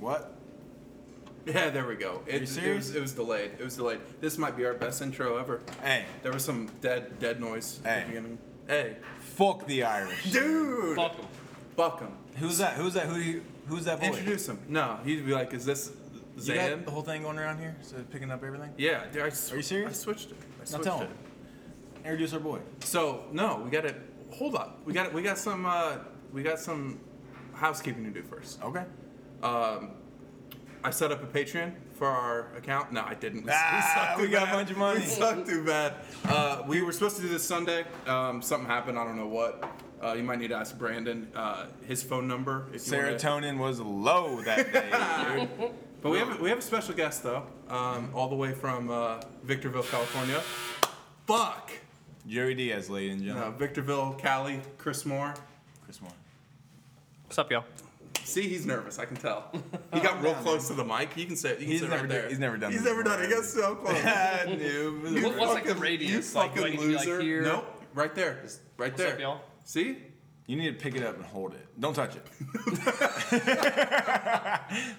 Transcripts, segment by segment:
What? Yeah, there we go. It, you it serious? was it was delayed. It was delayed. This might be our best intro ever. Hey, There was some dead dead noise Hey. at the beginning. Hey, fuck the Irish. dude, Fuck 'em. fuck him. Who's that? Who's that? Who? do you- Who's that voice? Introduce him. No, he'd be like, "Is this You got Zan?" the whole thing going around here, so picking up everything. Yeah, dude, I sw- Are you serious? I switched it. I Now switched tell it. him. Introduce our boy. So no, we gotta hold up. We got we got some uh, we got some housekeeping to do first. Okay. Um, I set up a Patreon for our account. No, I didn't. Ah, sucked we too got a bunch of money. We sucked too bad. Uh, we were supposed to do this Sunday. Um, something happened. I don't know what. Uh, you might need to ask Brandon uh, his phone number. If you wanna- Serotonin was low that day. dude. But we have a, we have a special guest though, um, all the way from uh, Victorville, California. Fuck. Jerry Diaz, ladies and Uh, gentlemen. Victorville, Cali, Chris Moore. Chris Moore. What's up, y'all? See, he's nervous. I can tell. He got real close to the mic. You can say. You can He's sit never right done- there. he's never done He's this never done it. He before. got so close. I knew. You What- what's, like, the fucking- radius? You Like, fucking do I need to be, like, loser. here? Nope, right there, right What's there. up, y'all? See? You need to pick it up and hold it. Don't touch it.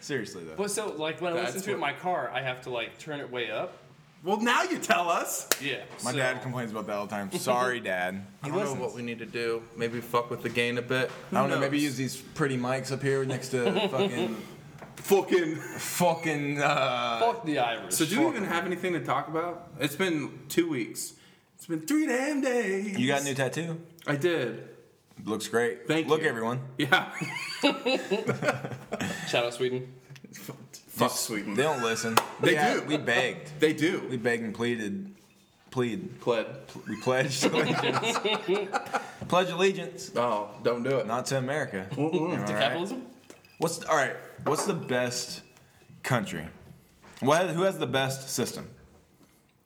Seriously though. But so, like, when I That's listen to it in what- my car, I have to like turn it way up. Well, now you tell us. Yeah. My so- dad complains about that all the time. Sorry, Dad. I He don't listens. know what we need to do. Maybe fuck with the gain a bit. Who I don't know. Maybe knows? use these pretty mics up here next to fucking fucking. fucking. Uh, Fuck the Irish. So do we even have anything to talk about? It's been two weeks. It's been three damn days. you got a new tattoo. I did. Looks great. Thank Look, you. everyone. Yeah. Shout out Sweden. Fuck Just- Sweden. They don't listen. They We had- do. We begged. They We do. begged and pleaded. Plead. Pled. We pledged allegiance. Pledge allegiance. Oh, don't do it. Not to America. All To right. capitalism? What's all right? What's the best country? What, who has the best system?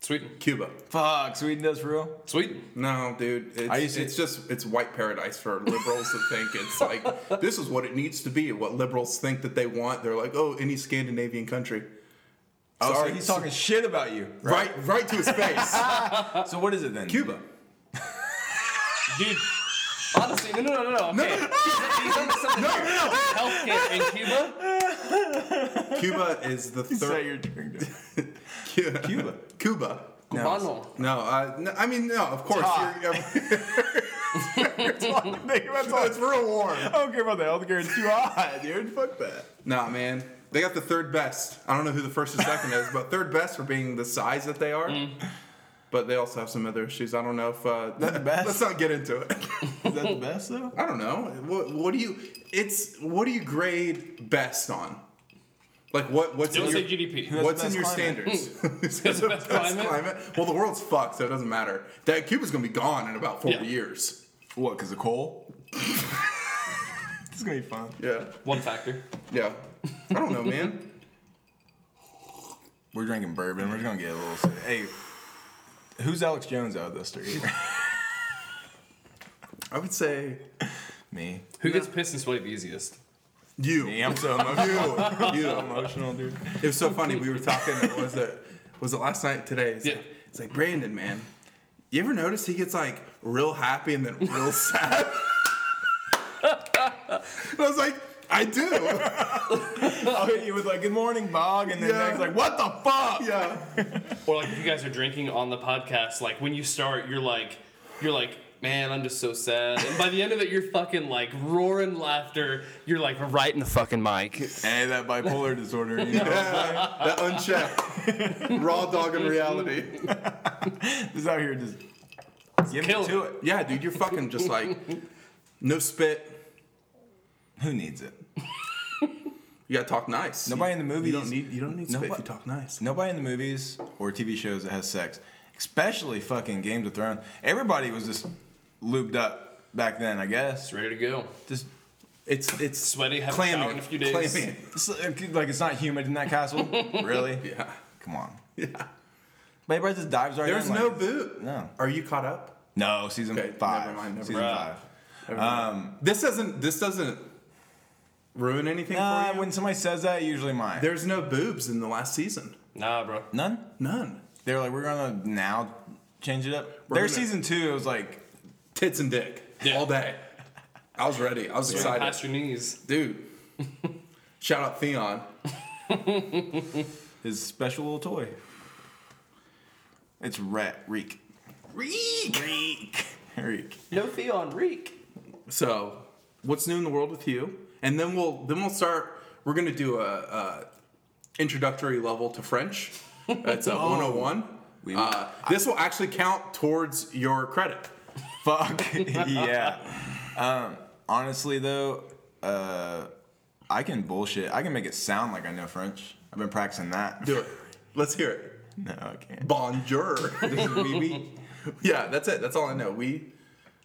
Sweden. Cuba. Fuck, Sweden does for real. Sweden. No, dude. It's, I used to- it's just it's white paradise for liberals to think it's like this is what it needs to be. What liberals think that they want, they're like, oh, any Scandinavian country. Oh, so Sorry. he's talking shit about you, right? Right, right to his face. Uh, So what is it then? Cuba. Dude. Honestly, no, no, no, no. no. Okay. He's on to something here. Healthcare in Cuba. Cuba is the Set third. your drink down. Cuba. Cuba. Cuba. Cubano. No, uh, no, I mean no. Of course, Ta. you're, it's real warm. I don't care about the healthcare. It's too hot, dude. Fuck that. Nah, man. They got the third best. I don't know who the first and second is, but third best for being the size that they are. Mm. But they also have some other issues. I don't know if uh, Not the best. Let's not get into it. Is that the best though? I don't know. What, what do you? It's what do you grade best on? Like what? What's Don't in say your, GDP. has what's the in your best climate? standards? Who's got Who's Mm. the best climate? Well, the world's fucked, so it doesn't matter. That Cuba's gonna be gone in about forty Yeah. years. What? Cause of coal. it's gonna be fun. Yeah, One factor. yeah. I don't know, man. We're drinking bourbon. We're just gonna get a little. Hey, who's Alex Jones out of this three? I would say Me. Who gets pissed and sweaty the easiest? you. Me. I'm so emotional. You. you. emotional, dude. It was so funny. We were talking. Was it was it last night? Today? It's, Yeah. like, it's like Brandon, man. You ever notice he gets like real happy and then real sad? and I was like, I do. I'll hit Oh, you with like, "Good morning, Bog," and then Yeah. next, like, "What the fuck?" Yeah. Or like if you guys are drinking on the podcast, like when you start, you're like, you're like, man, I'm just so sad. And by the end of it, you're fucking like roaring laughter. You're like right in the fucking mic. Hey, that bipolar disorder. You know, That unchecked, raw dog in reality. just out here just give me kill to it. it. Yeah, dude, you're fucking just like no spit. Who needs it? You gotta talk nice. Nobody in the movies. You don't need. You don't need spit if Nobody- you talk nice. Nobody in the movies or TV shows that has sex, especially fucking Games of Thrones. Everybody was just lubed up back then, I guess. Ready to go. Just It's it's Sweaty, haven't clammy, showered in a few days. Clammy. it's like like it's not humid in that castle, really. Yeah. Come on. Yeah. But everybody just dives right There's in. no like, boot. No. Are you caught up? no season Okay, five. never mind, never season mind. five. Um, This doesn't. This doesn't ruin anything Nah, for you. Uh, when somebody says that, usually mine. There's no boobs in the last season. Nah, bro. None. None. They're like, we're gonna now change it up. We're Their gonna- season two, it was like, Tits and dick Yeah. all day. I was ready. I was Past excited, your knees. dude. Shout out Theon. His special little toy. It's Rat Reek. Reek! Reek! Reek. No Theon Reek. So, what's new in the world with you? And then we'll then we'll start. We're gonna do a, a introductory level to French. It's a Oh. 101. We- Uh, this will actually count towards your credit. Fuck yeah. Um, honestly though, uh, I can bullshit. I can make it sound like I know French. I've been practicing that. Do it. Let's hear it. No, I can't. Bonjour. yeah, that's it. That's all I know. We.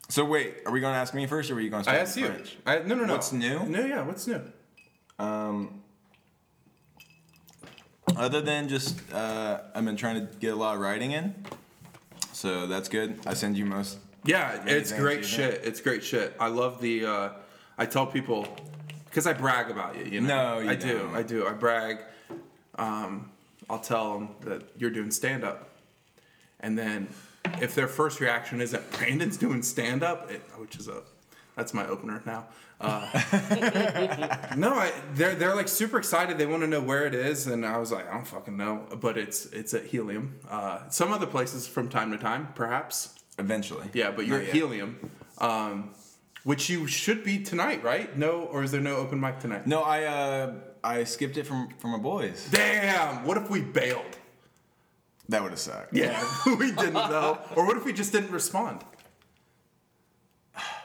So wait, are we gonna ask me first, or are you gonna I start with asked you. French? I, no, no, no. What's new? No, yeah. What's new? Other than just, uh, I've been trying to get a lot of writing in, so that's good. I send you most. Yeah, it's thank great you, shit. It's great shit. I love the. Uh, I tell people because I brag about you. You know. No, you I do. don't. I do. I brag. Um, I'll tell them that you're doing stand up, and then if their first reaction is that Brandon's doing stand up, which is a that's my opener now. Uh, no, I, they're they're like super excited. They want to know where it is, and I was like, I don't fucking know, but it's it's at Helium. Uh, some other places from time to time, perhaps. Eventually. Yeah, but you're Not at yet. Helium, um, which you should be tonight, right? No, or is there no open mic tonight? No, I uh, I skipped it from from my boys. Damn! What if we bailed? That would have sucked. Yeah, we didn't know. Or what if we just didn't respond?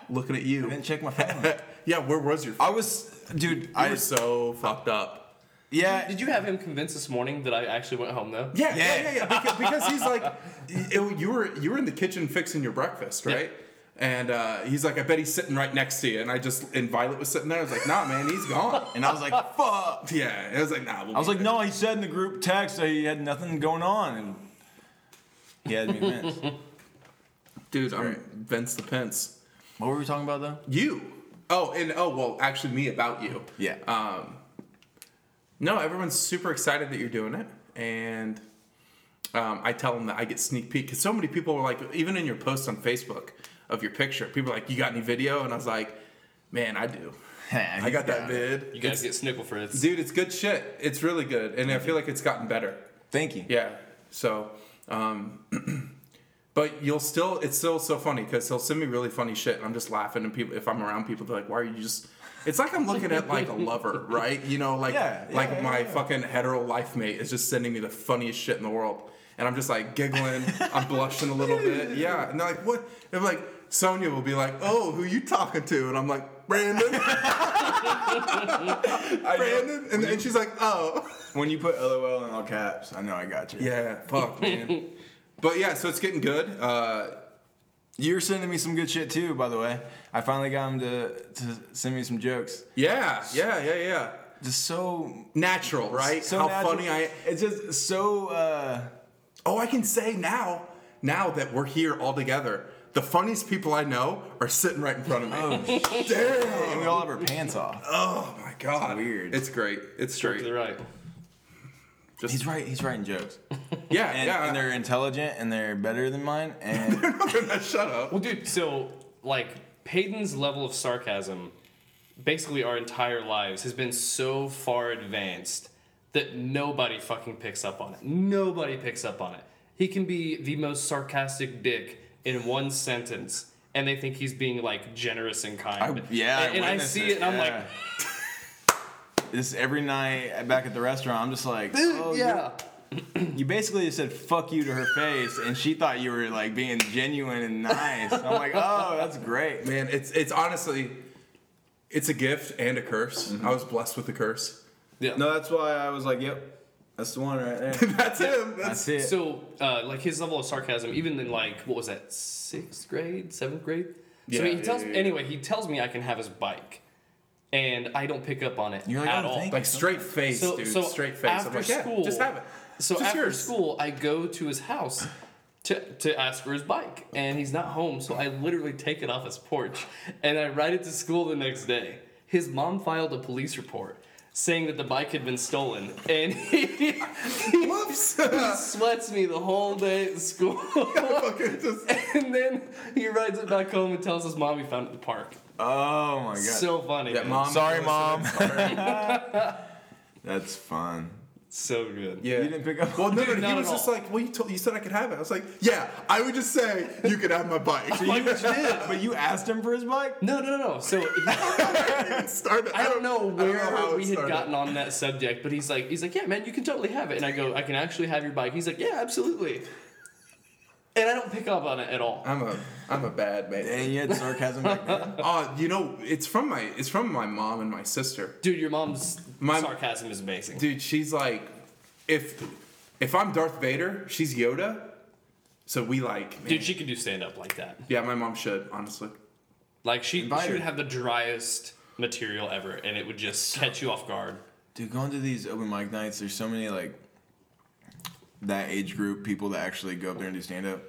Looking at I you. didn't check my phone. yeah, where was your? I was, dude. I I was so fucked up. yeah. Did you have him convinced this morning that I actually went home though? Yeah, yeah, Yeah. yeah, yeah. Because, because he's like, it- you were you were in the kitchen fixing your breakfast, right? And uh, he's like, I bet he's sitting right next to you. And I just and Violet was sitting there. I was like, Nah, man, he's gone. And I was like, fuck. Yeah, and I was like, Nah. We'll I was like, no, he said in the group text that he had nothing going on, and he had me convinced. dude, I'm Vince the Pence. what were we talking about though? You. Oh, and oh well, actually, me about you. Yeah. Um, no, everyone's super excited that you're doing it, and um, I tell them that I get sneak peek because so many people were like, even in your post on Facebook of your picture, people were like, "You got any video?" And I was like, "Man, I do. I got that vid, You guys get Snickle Fritz. dude. It's good shit. It's really good, and I feel like it's gotten better. Thank you. Yeah. So, um, but you'll still, it's still so funny because he'll send me really funny shit and I'm just laughing. And people, if I'm around people, they're like, why are you just, it's like I'm looking at like a lover, right? You know, like, Yeah, yeah, like yeah, my yeah. fucking hetero life mate is just sending me the funniest shit in the world. And I'm just like giggling, I'm blushing a little bit. Yeah. And they're like, what? They're like, Sonia will be like, oh, who you talking to? And I'm like, Brandon. Brandon. And, and she's like, oh. When you put LOL in all caps, I know I got you. Yeah, fuck, man. but yeah, so it's getting good. Uh, You're sending me some good shit too, by the way. I finally got him to, to send me some jokes. yeah, yeah, yeah, yeah. Just so Natural, right? so How natural. funny I. It's just so. uh Oh, I can say now, now that we're here all together, the funniest people I know are sitting right in front of me. Oh, And damn! we all have our pants off. Oh my god, It's weird. It's great. It's Straight to the great. right. Just, He's right. He's writing jokes, yeah, and, yeah. and they're intelligent, and they're better than mine. And Shut up. Well, dude, so like Peyton's level of sarcasm, basically our entire lives, has been so far advanced that nobody fucking picks up on it. Nobody picks up on it. He can be the most sarcastic dick in one sentence, and they think he's being like generous and kind. I- yeah, I and, and I witnessed see it, it, and I'm yeah. like, this every night back at the restaurant, I'm just like, oh, you're- yeah. You basically just said "fuck you" to her face, and she thought you were like being genuine and nice. I'm like, oh, that's great. Man, it's it's honestly, it's a gift and a curse. I was blessed with the curse. yeah. No, that's why I was like, yep, that's the one right there. That's him. That's That's it. So, uh, like his level of sarcasm, even in like what was that, sixth grade, seventh grade? so Yeah, he yeah, tells yeah, yeah. anyway. He tells me I can have his bike, and I don't pick up on it You're like, at "Oh, all. thank Like straight face, So- dude. so straight face. I'm after like, yeah, school- just have it. So Just after yours. school, I go to his house to, to ask for his bike, and he's not home. So I literally take it off his porch, and I ride it to school the next day. His mom filed a police report, saying that the bike had been stolen, and he, Whoops. sweats me the whole day at school. Fucking just- and then he rides it back home and tells his mom he found it at the park. Oh my god. So funny. Yeah, man. mom. Sorry, listen, Mom. sorry. That's fun. So good. Yeah. You didn't pick up. Well, no, Dude, no, he not was at just all. like, well, you told, you said I could have it. I was like, yeah, I would just say you could have my bike. So you did, but you asked him for his bike. No, no, no, no. So he- started. I don't know where know how it we had started. gotten on that subject, but he's like, he's like, yeah, man, you can totally have it. And I go, I can actually have your bike. He's like, yeah, absolutely. And I don't pick up on it at all. I'm a I'm a bad man. And you had sarcasm back then. Uh, you know, it's from my it's from my mom and my sister. Dude, your mom's My- sarcasm is amazing. Dude, she's like, if if I'm Darth Vader, she's Yoda. So we like, man- Dude, she could do stand up like that. yeah, my mom should honestly. Like she, Invite she would her. have the driest material ever, and it would just catch you off guard. Dude, going to these open mic nights, there's so many like that age group people that actually go up there and do stand up.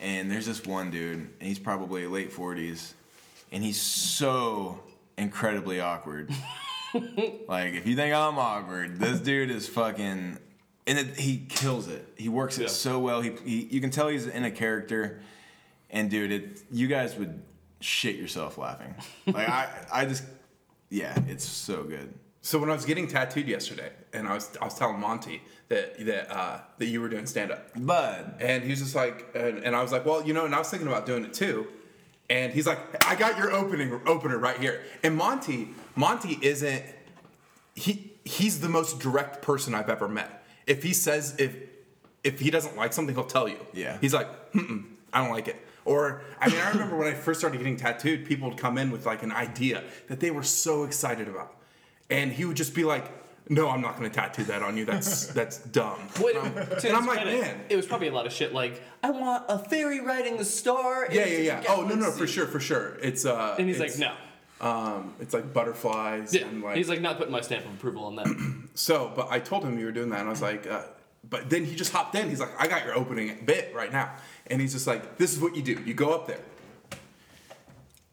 And there's this one dude, and he's probably late 40s, and he's so incredibly awkward. like, if you think I'm awkward, this dude is fucking. And it, he kills it. He works it Yeah. so well. He, he, you can tell he's in a character. And dude, it, you guys would shit yourself laughing. Like I, I just, yeah, it's so good. So when I was getting tattooed yesterday, and I was I was telling Monty that that uh, that you were doing stand up. But And he was just like, and, and I was like, well, you know, and I was thinking about doing it too. And he's like, I got your opening opener right here. And Monty, Monty isn't he he's the most direct person I've ever met. If he says if if he doesn't like something, he'll tell you. Yeah. He's like, Mm-mm, I don't like it. Or I mean, I remember when I first started getting tattooed, people would come in with like an idea that they were so excited about, and he would just be like, No, I'm not going to tattoo that on you. That's that's dumb. Wait, and I'm, to and his I'm like, credit, man, it was probably a lot of shit. Like, I want a fairy riding the star. Yeah, into yeah, yeah. the Oh no, no, galaxy." for sure, for sure. It's uh. And he's like, it's, no. Um, it's like butterflies Yeah. and like. he's like, not putting my stamp of approval on that. So, but I told him you were doing that, and I was like, uh, but then he just hopped in. He's like, I got your opening bit right now, and he's just like, this is what you do. You go up there,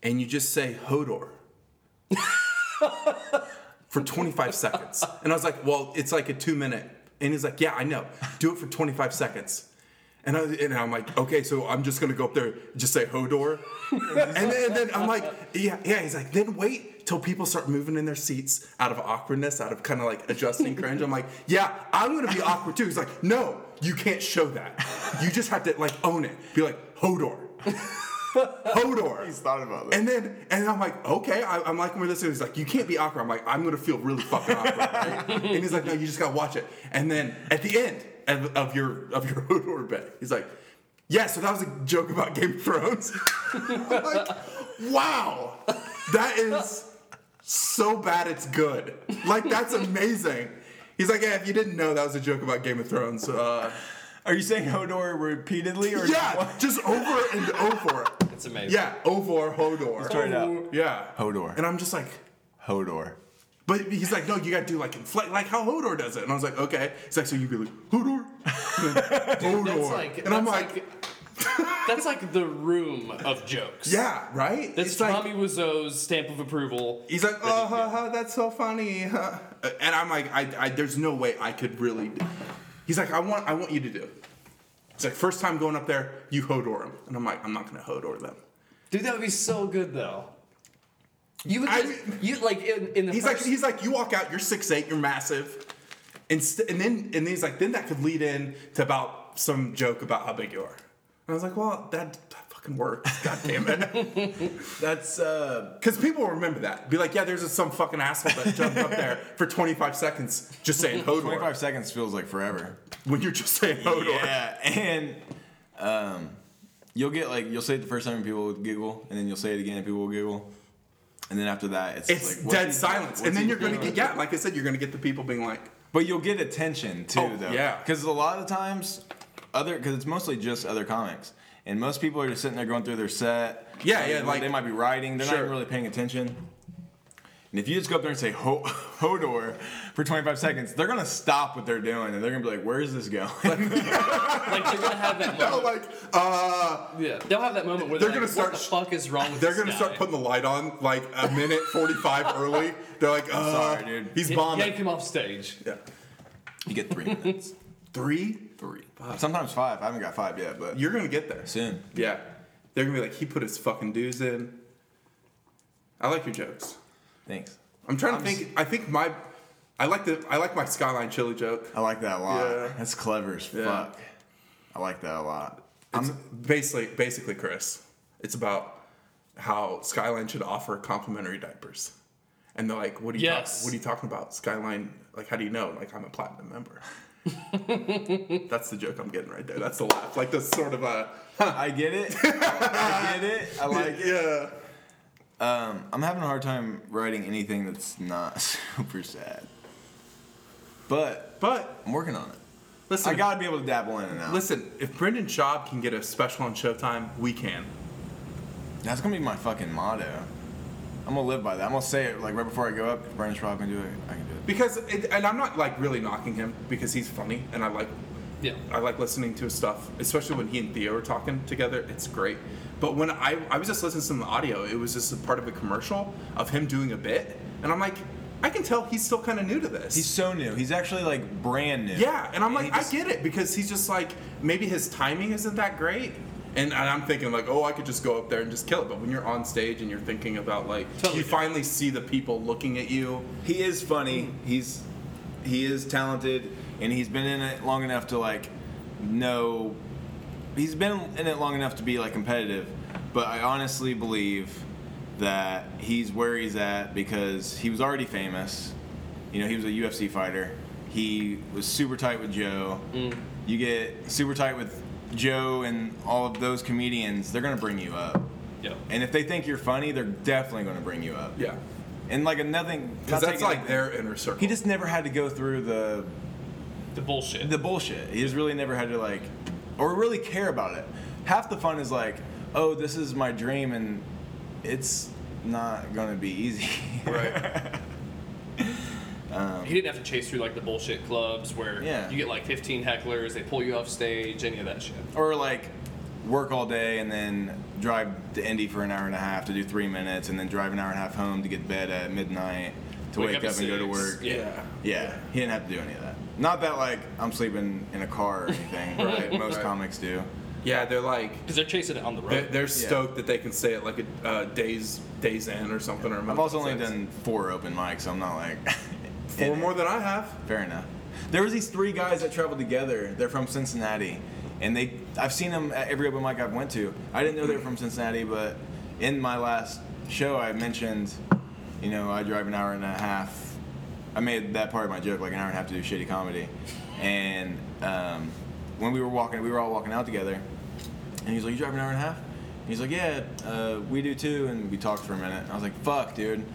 and you just say Hodor. for 25 seconds. And I was like, well, it's like a two minute. And he's like, yeah, I know. Do it for 25 seconds. And, I, and I'm like, okay, so I'm just gonna go up there, just say Hodor, and then, and then I'm like, yeah, yeah. He's like, then wait till people start moving in their seats out of awkwardness, out of kind of like adjusting cringe. I'm like, yeah, I'm gonna be awkward too. He's like, no, you can't show that. You just have to like own it. Be like Hodor, Hodor. He's thought about that. And then, and I'm like, okay, I, I'm liking where this is. He's like, you can't be awkward. I'm like, I'm gonna feel really fucking awkward. Right? and he's like, no, you just gotta watch it. And then at the end of, of your of your Hodor bet, he's like, yeah, so that was a joke about Game of Thrones. I'm like, wow, that is so bad it's good. Like that's amazing. He's like, yeah, if you didn't know, that was a joke about Game of Thrones. Uh, Are you saying Hodor repeatedly or yeah, just over and over. It's amazing. Yeah, over Hodor. Straight up. Yeah. Hodor. And I'm just like, Hodor. but he's like, no, you gotta do like inflect, like how Hodor does it. And I was like, okay. He's like, so you be like, Hodor? Hodor. That's like, and I'm that's like, that's like the room of jokes. yeah, right? That's It's like, Tommy Wiseau's stamp of approval. he's like, oh, ha, ha, that's so funny. Huh? And I'm like, I, I, there's no way I could really. d- He's like, I want, I want you to do it. It's like, first time going up there, you Hodor him. And I'm like, I'm not gonna Hodor them. Dude, that would be so good though. You would I just, mean- you like in, in the He's first, like, he's like, you walk out, you're six eight, you're massive, and st- and then and then he's like, then that could lead in to about some joke about how big you are. And I was like, well, that, that fucking works. God damn it, That's uh because people will remember that. Be like, yeah, there's some fucking asshole that jumped up there for 25 seconds just saying Hodor 25 seconds feels like forever. when you're just saying Hodor. Yeah. And um you'll get like you'll say it the first time and people will giggle and then you'll say it again and people will giggle. And then after that it's, It's like what's he dead doing? silence, What's and then he you're gonna doing? get yeah, like I said, you're gonna get the people being like, But you'll get attention too Oh, though. yeah. Cuz a lot of times other cuz it's mostly just other comics. And most people are just sitting there going through their set. Yeah, They- yeah, like- they might be writing. They're Sure. not even really paying attention. And if you just go up there and say Ho- Hodor for 25 seconds, they're gonna stop what they're doing and they're gonna be like, "Where is this going?" Like they're gonna have that No, moment. like, uh, Yeah, they'll have that moment where They're they're, gonna like, start "What sh- the fuck is wrong with they're this gonna start guy?" putting the light on like a minute forty-five early. They're like, uh, sorry, dude. he's Y- bombing. Yank him off stage. Yeah. you get three minutes, Three? three, sometimes five. I haven't got five yet, but You're gonna get there. soon. Yeah. They're gonna be like, he put his fucking dues in. I like your jokes. Thanks. I'm trying to I'm think. I think my, I like the, I like my skyline chili joke. I like that a lot. Yeah. That's clever as Yeah. fuck. I like that a lot. It's I'm, basically, basically, Chris. It's about how Skyline should offer complimentary diapers, and they're like, "What are you? talk- Yes. what are you talking about, Skyline? Like, how do you know? Like, I'm a platinum member." That's the joke I'm getting right there. That's the laugh. Like the sort of a I get it. I get it. I like it. yeah. Um, I'm having a hard time writing anything that's not super sad. But But I'm working on it. listen, I gotta be able to dabble in and out. listen. If Brendan Schaub can get a special on Showtime, we can. That's gonna be my fucking motto. I'm gonna live by that. I'm gonna say it like right before I go up. If Brandon Schwab can do it, I can do it. Because it, and I'm not like really knocking him because he's funny and I like Yeah. I like listening to his stuff, especially when he and Theo are talking together. It's great. But when I, I was just listening to some audio, it was just a part of a commercial of him doing a bit, and I'm like, I can tell he's still kind of new to this. He's so new. He's actually like brand new. yeah, and I'm like, he just- I get it because he's just like maybe his timing isn't that great. And, and I'm thinking like, oh, I could just go up there and just kill it. But when you're on stage and you're thinking about like, Totally you different. finally see the people looking at you. He is funny. He's he is talented, and he's been in it long enough to like know. He's been in it long enough to be like competitive, but I honestly believe that he's where he's at because he was already famous. You know, he was a UFC fighter. He was super tight with Joe. You get super tight with Joe and all of those comedians, they're gonna bring you up. Yeah. And if they think you're funny, they're definitely gonna bring you up. Yeah, And like nothing. not because that's taking like anything- their inner circle. he just never had to go through the The bullshit. the bullshit. He just really never had to like, or really care about it. Half the fun is like, oh, this is my dream, and it's not gonna be easy. right. he didn't have to chase through like the bullshit clubs where Yeah. you get like 15 hecklers, they pull you off stage, any of that shit. or like, work all day and then drive to Indy for an hour and a half to do three minutes, and then drive an hour and a half home to get to bed at midnight to wake, up, at and go to six. work. Yeah. Yeah, he didn't have to do any of that. Not that like I'm sleeping in a car or anything. Right, right. Most right. comics do. Yeah, they're like Because they're chasing it on the they're, road. they're stoked that they can say it like a uh, days days in or something. Or a I've month also only since. done four open mics, so I'm not like four more than I have. Fair enough. There was these three guys that traveled together. They're from Cincinnati, and they I've seen them at every open mic I've went to. I didn't know they were from Cincinnati, but in my last show, I mentioned, you know, I drive an hour and a half. I made that part of my joke like an hour and a half to do shitty comedy, and um, when we were walking, we were all walking out together, and he's like, "You drive an hour and a half?" And he's like, "Yeah, uh, we do too." And we talked for a minute. I was like, "Fuck, dude."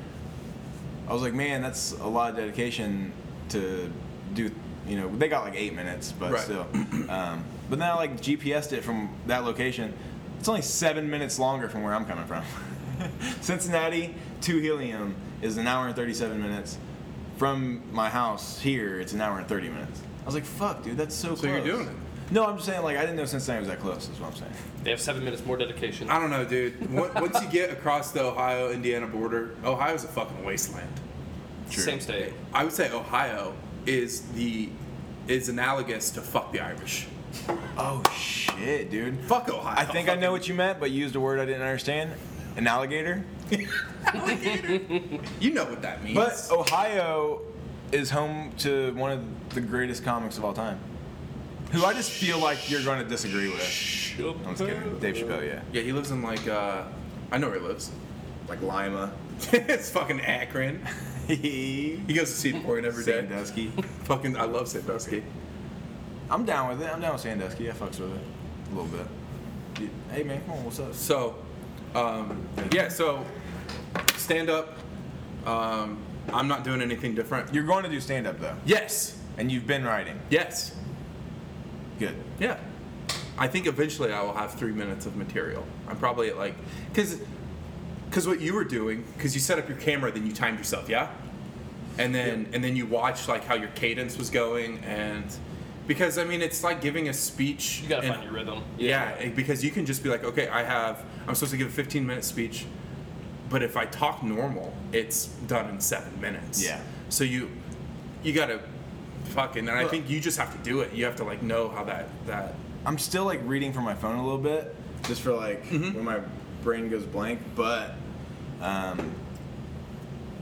I was like, man, that's a lot of dedication to do. You know, they got like eight minutes, but Right. still. Um, but then I like GPSed it from that location. It's only seven minutes longer from where I'm coming from. Cincinnati to Helium is an hour and 37 minutes. From my house here, it's an hour and 30 minutes. I was like, fuck, dude, that's so, So close. you're doing it. No, I'm just saying, like, I didn't know Cincinnati was that close, is what I'm saying. they have seven minutes more dedication. I don't know, dude. Once once you get across the Ohio Indiana border, Ohio's a fucking wasteland. True. Same state. I would say Ohio is the is analogous to fuck the Irish. Oh, shit, dude. Fuck Ohio. I think I know what you meant, but you used a word I didn't understand an alligator. you know what that means. But Ohio is home to one of the greatest comics of all time, who I just feel like you're going to disagree with. I'm just kidding. Dave Chappelle, yeah. yeah, he lives in like uh, I know where he lives. Like Lima. it's fucking Akron. He goes to Seapoint every day. Sandusky. Fucking, I love Sandusky. I'm down with it. I'm down with Sandusky. I fucks with it a little bit. Yeah. Hey man, come on, what's up? So, um, yeah, so stand up. Um, I'm not doing anything different. You're going to do stand up though, Yes, and you've been writing. yes, Good. yeah. I think eventually I will have three minutes of material. I'm probably at like, because Because what you were doing, because you set up your camera, then you timed yourself, yeah. And then and then you watched like how your cadence was going, and because I mean it's like giving a speech. You gotta and- find your rhythm. yeah, eh, because you can just be like, okay, I have, I'm supposed to give a 15 minute speech, but if I talk normal, it's done in seven minutes. Yeah. So you, you gotta fucking, and I Well- think you just have to do it. You have to like know how that that. I'm still like reading from my phone a little bit, just for like Mm-hmm. when my brain goes blank. But um,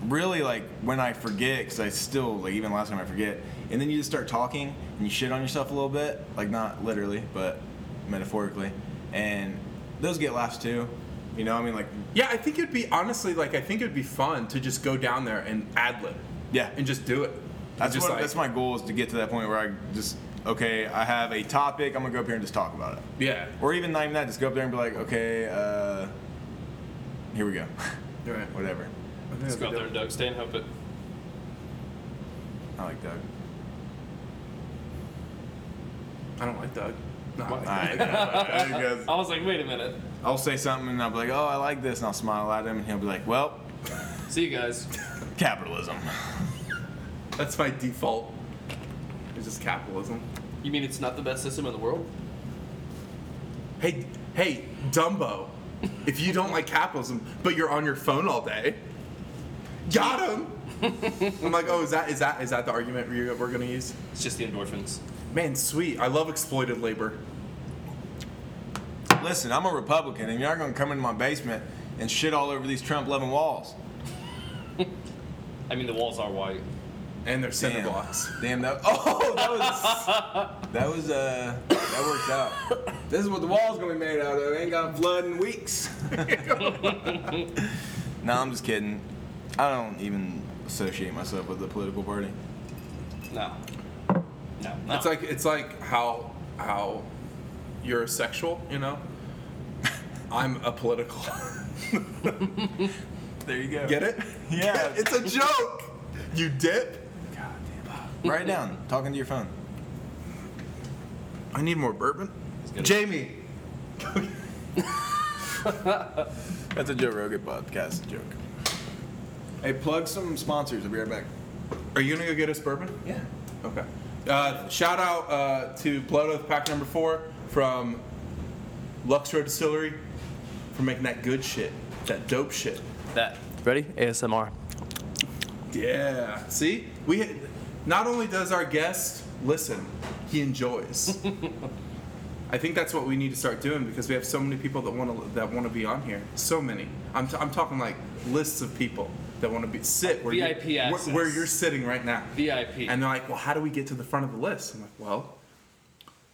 really, like when I forget, because I still like even last time I forget, and then you just start talking and you shit on yourself a little bit, like not literally, but metaphorically, and those get laughs too. You know, I mean, like Yeah, I think it'd be honestly like I think it'd be fun to just go down there and ad lib. Yeah. And just do it. that's just what, that's my goal is to get to that point where I just okay, I have a topic, I'm gonna go up here and just talk about it. Yeah. Or even not even that, just go up there and be like, okay, uh, here we go. Right. Whatever. Let's go out there and Doug stay and hope it. I like Doug. I don't like Doug. No, I What? like All Doug. right. Because I was like, wait a minute. I'll say something and I'll be like, oh, I like this, and I'll smile at him, and he'll be like, well, See you guys. capitalism. That's my default. It's just capitalism. You mean it's not the best system in the world? Hey, hey, Dumbo, if you don't like capitalism, but you're on your phone all day, got him. I'm like, oh, is that is that is that the argument we're, we're gonna use? It's just the endorphins. Man, sweet, I love exploited labor. Listen, I'm a Republican, and you're not gonna come into my basement and shit all over these Trump-loving walls. I mean, the walls are white. And their cinder Damn. blocks. Damn that. Oh, that was that was uh that worked out. This is what the wall's gonna be made out of. Ain't gonna flood in weeks. no, I'm just kidding. I don't even associate myself with the political party. No. No. no. It's like it's like how how you're a sexual, you know? I'm a political. There you go. Get it? Yeah. It's a joke. You dip. Write it down. Talking to your phone. I need more bourbon. good. Jamie, That's a Joe Rogan podcast joke. Hey, plug some sponsors. I'll be right back. are you gonna go get us bourbon? Yeah. Okay. Uh, shout out uh, to Blood Oath Pack Number Four from Luxor Distillery for making that good shit, that dope shit. that. Ready? ASMR. Yeah. See, we not only does our guest listen, he enjoys. I think that's what we need to start doing because we have so many people that want to that want to be on here. So many. I'm, t- I'm talking like lists of people that want to be sit where VIP you, where, access. where you're sitting right now. VIP. And they're like, well, how do we get to the front of the list? I'm like, well,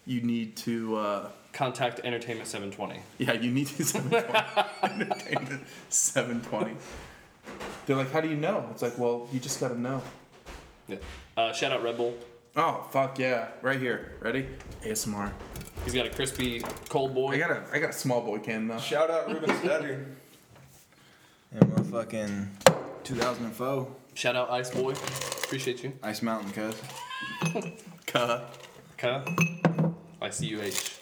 you need to, uh, Contact Entertainment 720. yeah, you need to 720. Entertainment 720. They're like, how do you know? It's like, well, you just gotta know. Yeah. Uh, shout out Red Bull. Oh, fuck yeah. Right here. Ready? ASMR. He's got a crispy cold I boy. got a, I got a small boy can though. Shout out Ruben Studdard. And motherfucking 2004. Shout out Ice Boy. Appreciate you. Ice Mountain, cuz. Cuh. Ka. I C U H.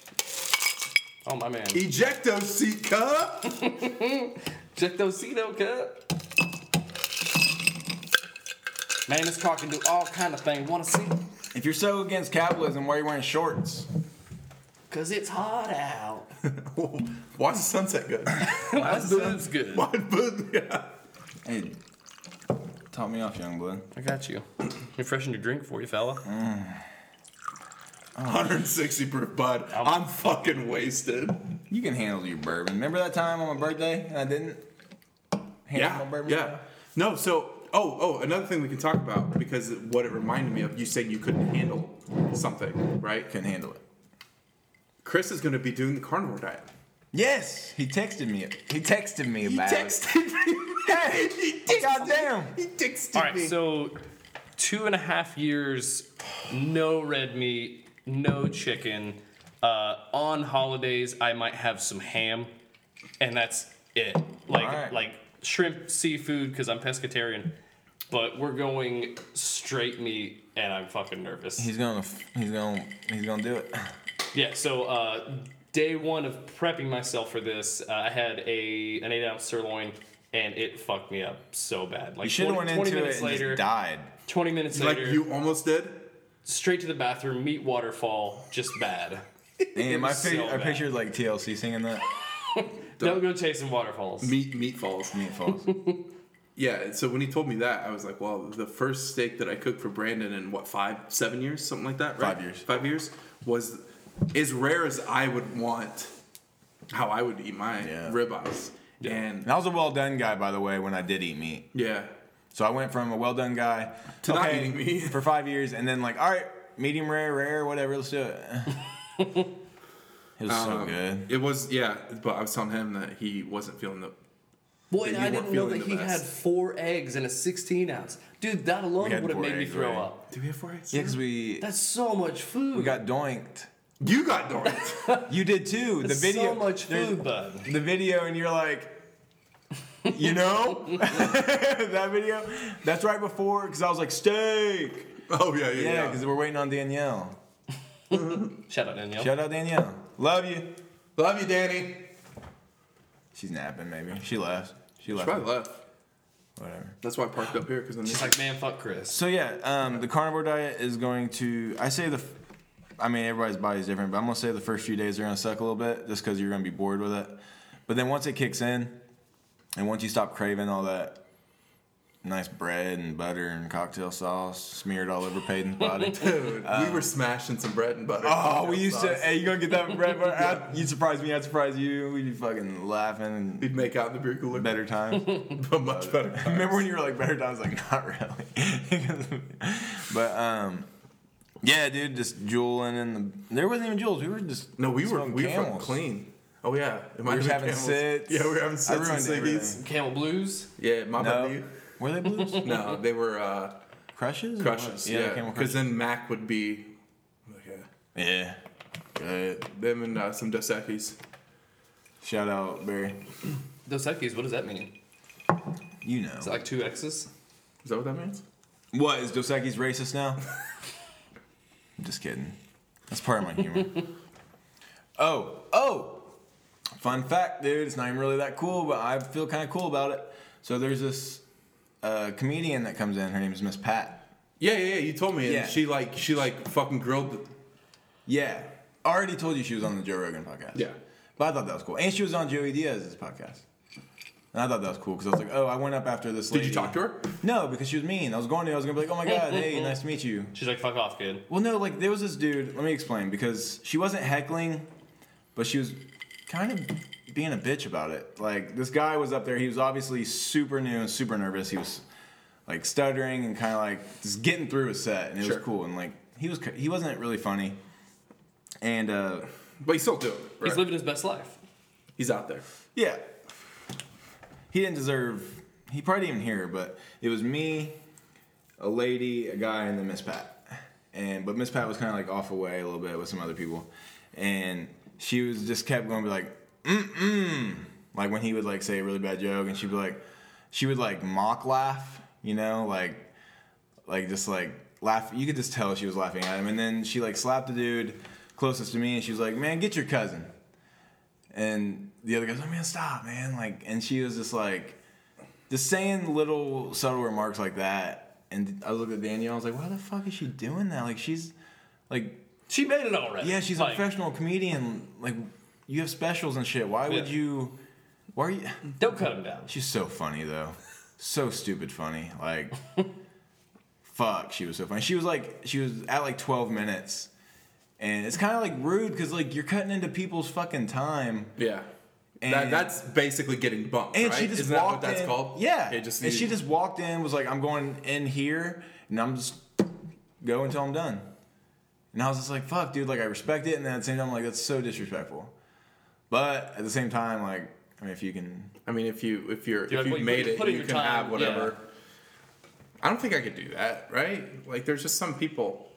Oh my man. Ejecto seat cup. Jectocito cup. Man, this car can do all kind of things. Wanna see? If you're so against capitalism, why are you wearing shorts? Cause it's hot out. Why's the sunset good? That's good. Why booth? Yeah. Hey, top me off, young blood. I got you. Refreshing your drink for you, fella. 160 proof bud. I'm- I'm fucking wasted. You can handle your bourbon. Remember that time on my birthday and I didn't handle Yeah, my bourbon? yeah. No, so oh oh, another thing we can talk about because what it reminded me of, you said you couldn't handle something, right? Couldn't handle it. Chris is going to be doing the carnivore diet. Yes, he texted me. it. He texted me He about it. texted me. Hey, he texted goddamn. He texted All right, me. so two and a half years, no red meat, no chicken. Uh, on holidays, I might have some ham, and that's it. Like All right. like shrimp, seafood, because I'm pescatarian. But we're going straight meat, and I'm fucking nervous. He's gonna, he's gonna, he's gonna do it. Yeah, so uh, day one of prepping myself for this, uh, I had a an eight ounce sirloin and it fucked me up so bad. Like You should have 20, went 20 into it minutes and later, just died. 20 minutes Like later, you almost did. straight to the bathroom, meet waterfall, just bad. And my was pic- so I bad. pictured like TLC singing that. Don't go chasing waterfalls. Meat meat falls. Meatballs. Yeah. So when he told me that, I was like, "Well, the first steak that I cooked for Brandon in what five, seven years, something like that, right? Five years. Five years was as rare as I would want. How I would eat my Yeah. ribeyes, and and I was a well done guy, by the way, when I did eat meat. yeah, So I went from a well done guy To not eating meat. for five years, and then like, all right, medium rare, rare, whatever, let's do it. it was so Uh-huh. Um, good. It was yeah, but I was telling him that he wasn't feeling the. Boy, Then and you I weren't didn't know feeling that the he best. had four eggs in a 16 ounce. Dude, that alone We had would have four made me eggs, throw right? up. Do we have four eggs? Yeah, because we That's so much food. we got doinked. You got doinked. You did too. The That's video. so much there's- food, bud. the video and you're like you know that video that's right before because i was like steak Oh yeah, yeah, yeah yeah. because we're waiting on danielle Shout out Danielle. shout out danielle love you Love you, Danny. she's napping maybe she left she left Probably left. whatever That's why I parked up here because I'm She's like, man, fuck Chris. so yeah um, the carnivore diet is going to i say the f- i mean everybody's body's different but i'm going to say the first few days are going to suck a little bit just because you're going to be bored with it but then once it kicks in and once you stop craving all that nice bread and butter and cocktail sauce smeared all over peyton's body Dude, we were smashing some bread and butter. Uh, Oh, we used to. Hey, you gonna get that bread? butter? I- you surprise me. I surprise you. We'd be fucking laughing. We'd make out in the beer cooler, and Better times. but much better. Remember when you were like better times? Like not really. but um, yeah, dude, just jeweling and the, there wasn't even jewels. We were just No, we were smoking we were fucking Camels. clean. Oh yeah, it We might were have been having Camels. sits. Yeah, we were having I sits and ruined ciggies. everything. Camel Blues. Yeah, my No, bad. Uh, were they blues? No, they were uh, crushes. or what? crushes. Yeah, Yeah, camel because crushes. then Mac would be, okay, Yeah. Good. them and uh, some Dos Equis. Shout out Barry. Dos Equis, what does that mean? You know Is that like two X's? Is that what that means? what is Dos Equis racist now? I'm just kidding. That's part of my humor. oh, oh! Fun fact, dude. It's not even really that cool, but I feel kind of cool about it. So there's this uh, comedian that comes in. Her name is Miss Pat. Yeah, yeah, yeah. You told me, and Yeah. she like she like fucking grilled. The, Yeah, I already told you she was on the Joe Rogan podcast. Yeah. but I thought that was cool, and she was on Joey Diaz's podcast. And I thought that was cool because I was like, oh, I went up after this. did you talk to her? No, because she was mean. I was going to. I was gonna be like, oh my god, hey, nice to meet you. She's like, fuck off, kid. Well, no, like there was this dude. Let me explain because she wasn't heckling, but she was kind of being a bitch about it. Like this guy was up there. He was obviously super new and super nervous. He was like stuttering and kind of like just getting through his set, and it Sure. was cool. And like he was, he wasn't really funny. And uh, But he's still doing it. Right? He's living his best life. He's out there. yeah, he didn't deserve. He probably didn't even hear, but it was me, a lady, a guy, and then Miss Pat. And but Miss Pat was kind of like off away a little bit with some other people, and she was just kept going be like, mm mm, like when he would like say a really bad joke, and she'd be like, she would like mock laugh, you know, like, like just like laugh. You could just tell she was laughing at him, and then she like slapped the dude closest to me, and she was like, man, get your cousin. And the other guy's like, man, stop, man. Like, and she was just like, just saying little subtle remarks like that. And I looked at Danielle, I was like, why the fuck is she doing that? Like, she's like, She made it already. yeah, she's a like, professional comedian. Like, you have specials and shit. Why would Yeah. you, why are you, Don't cut him down. she's so funny though. So stupid funny. Like, fuck, she was so funny. She was like, she was at like 12 minutes. And it's kind of like rude because like you're cutting into people's fucking time. Yeah. that, And- that's basically getting bumped, And right? she just Isn't that walked what that's in. called? Yeah. It just and she needed- just walked in, was like, I'm going in here, and I'm just go until I'm done. And I was just like, fuck, dude, like I respect it, and then at the same time, I'm like, that's so disrespectful. But at the same time, like, I mean, if you can, I mean, if you if you're, You're if like, you well, you made put- it, put in you your can time, have whatever. I don't think I could do that, right? Like, there's just some people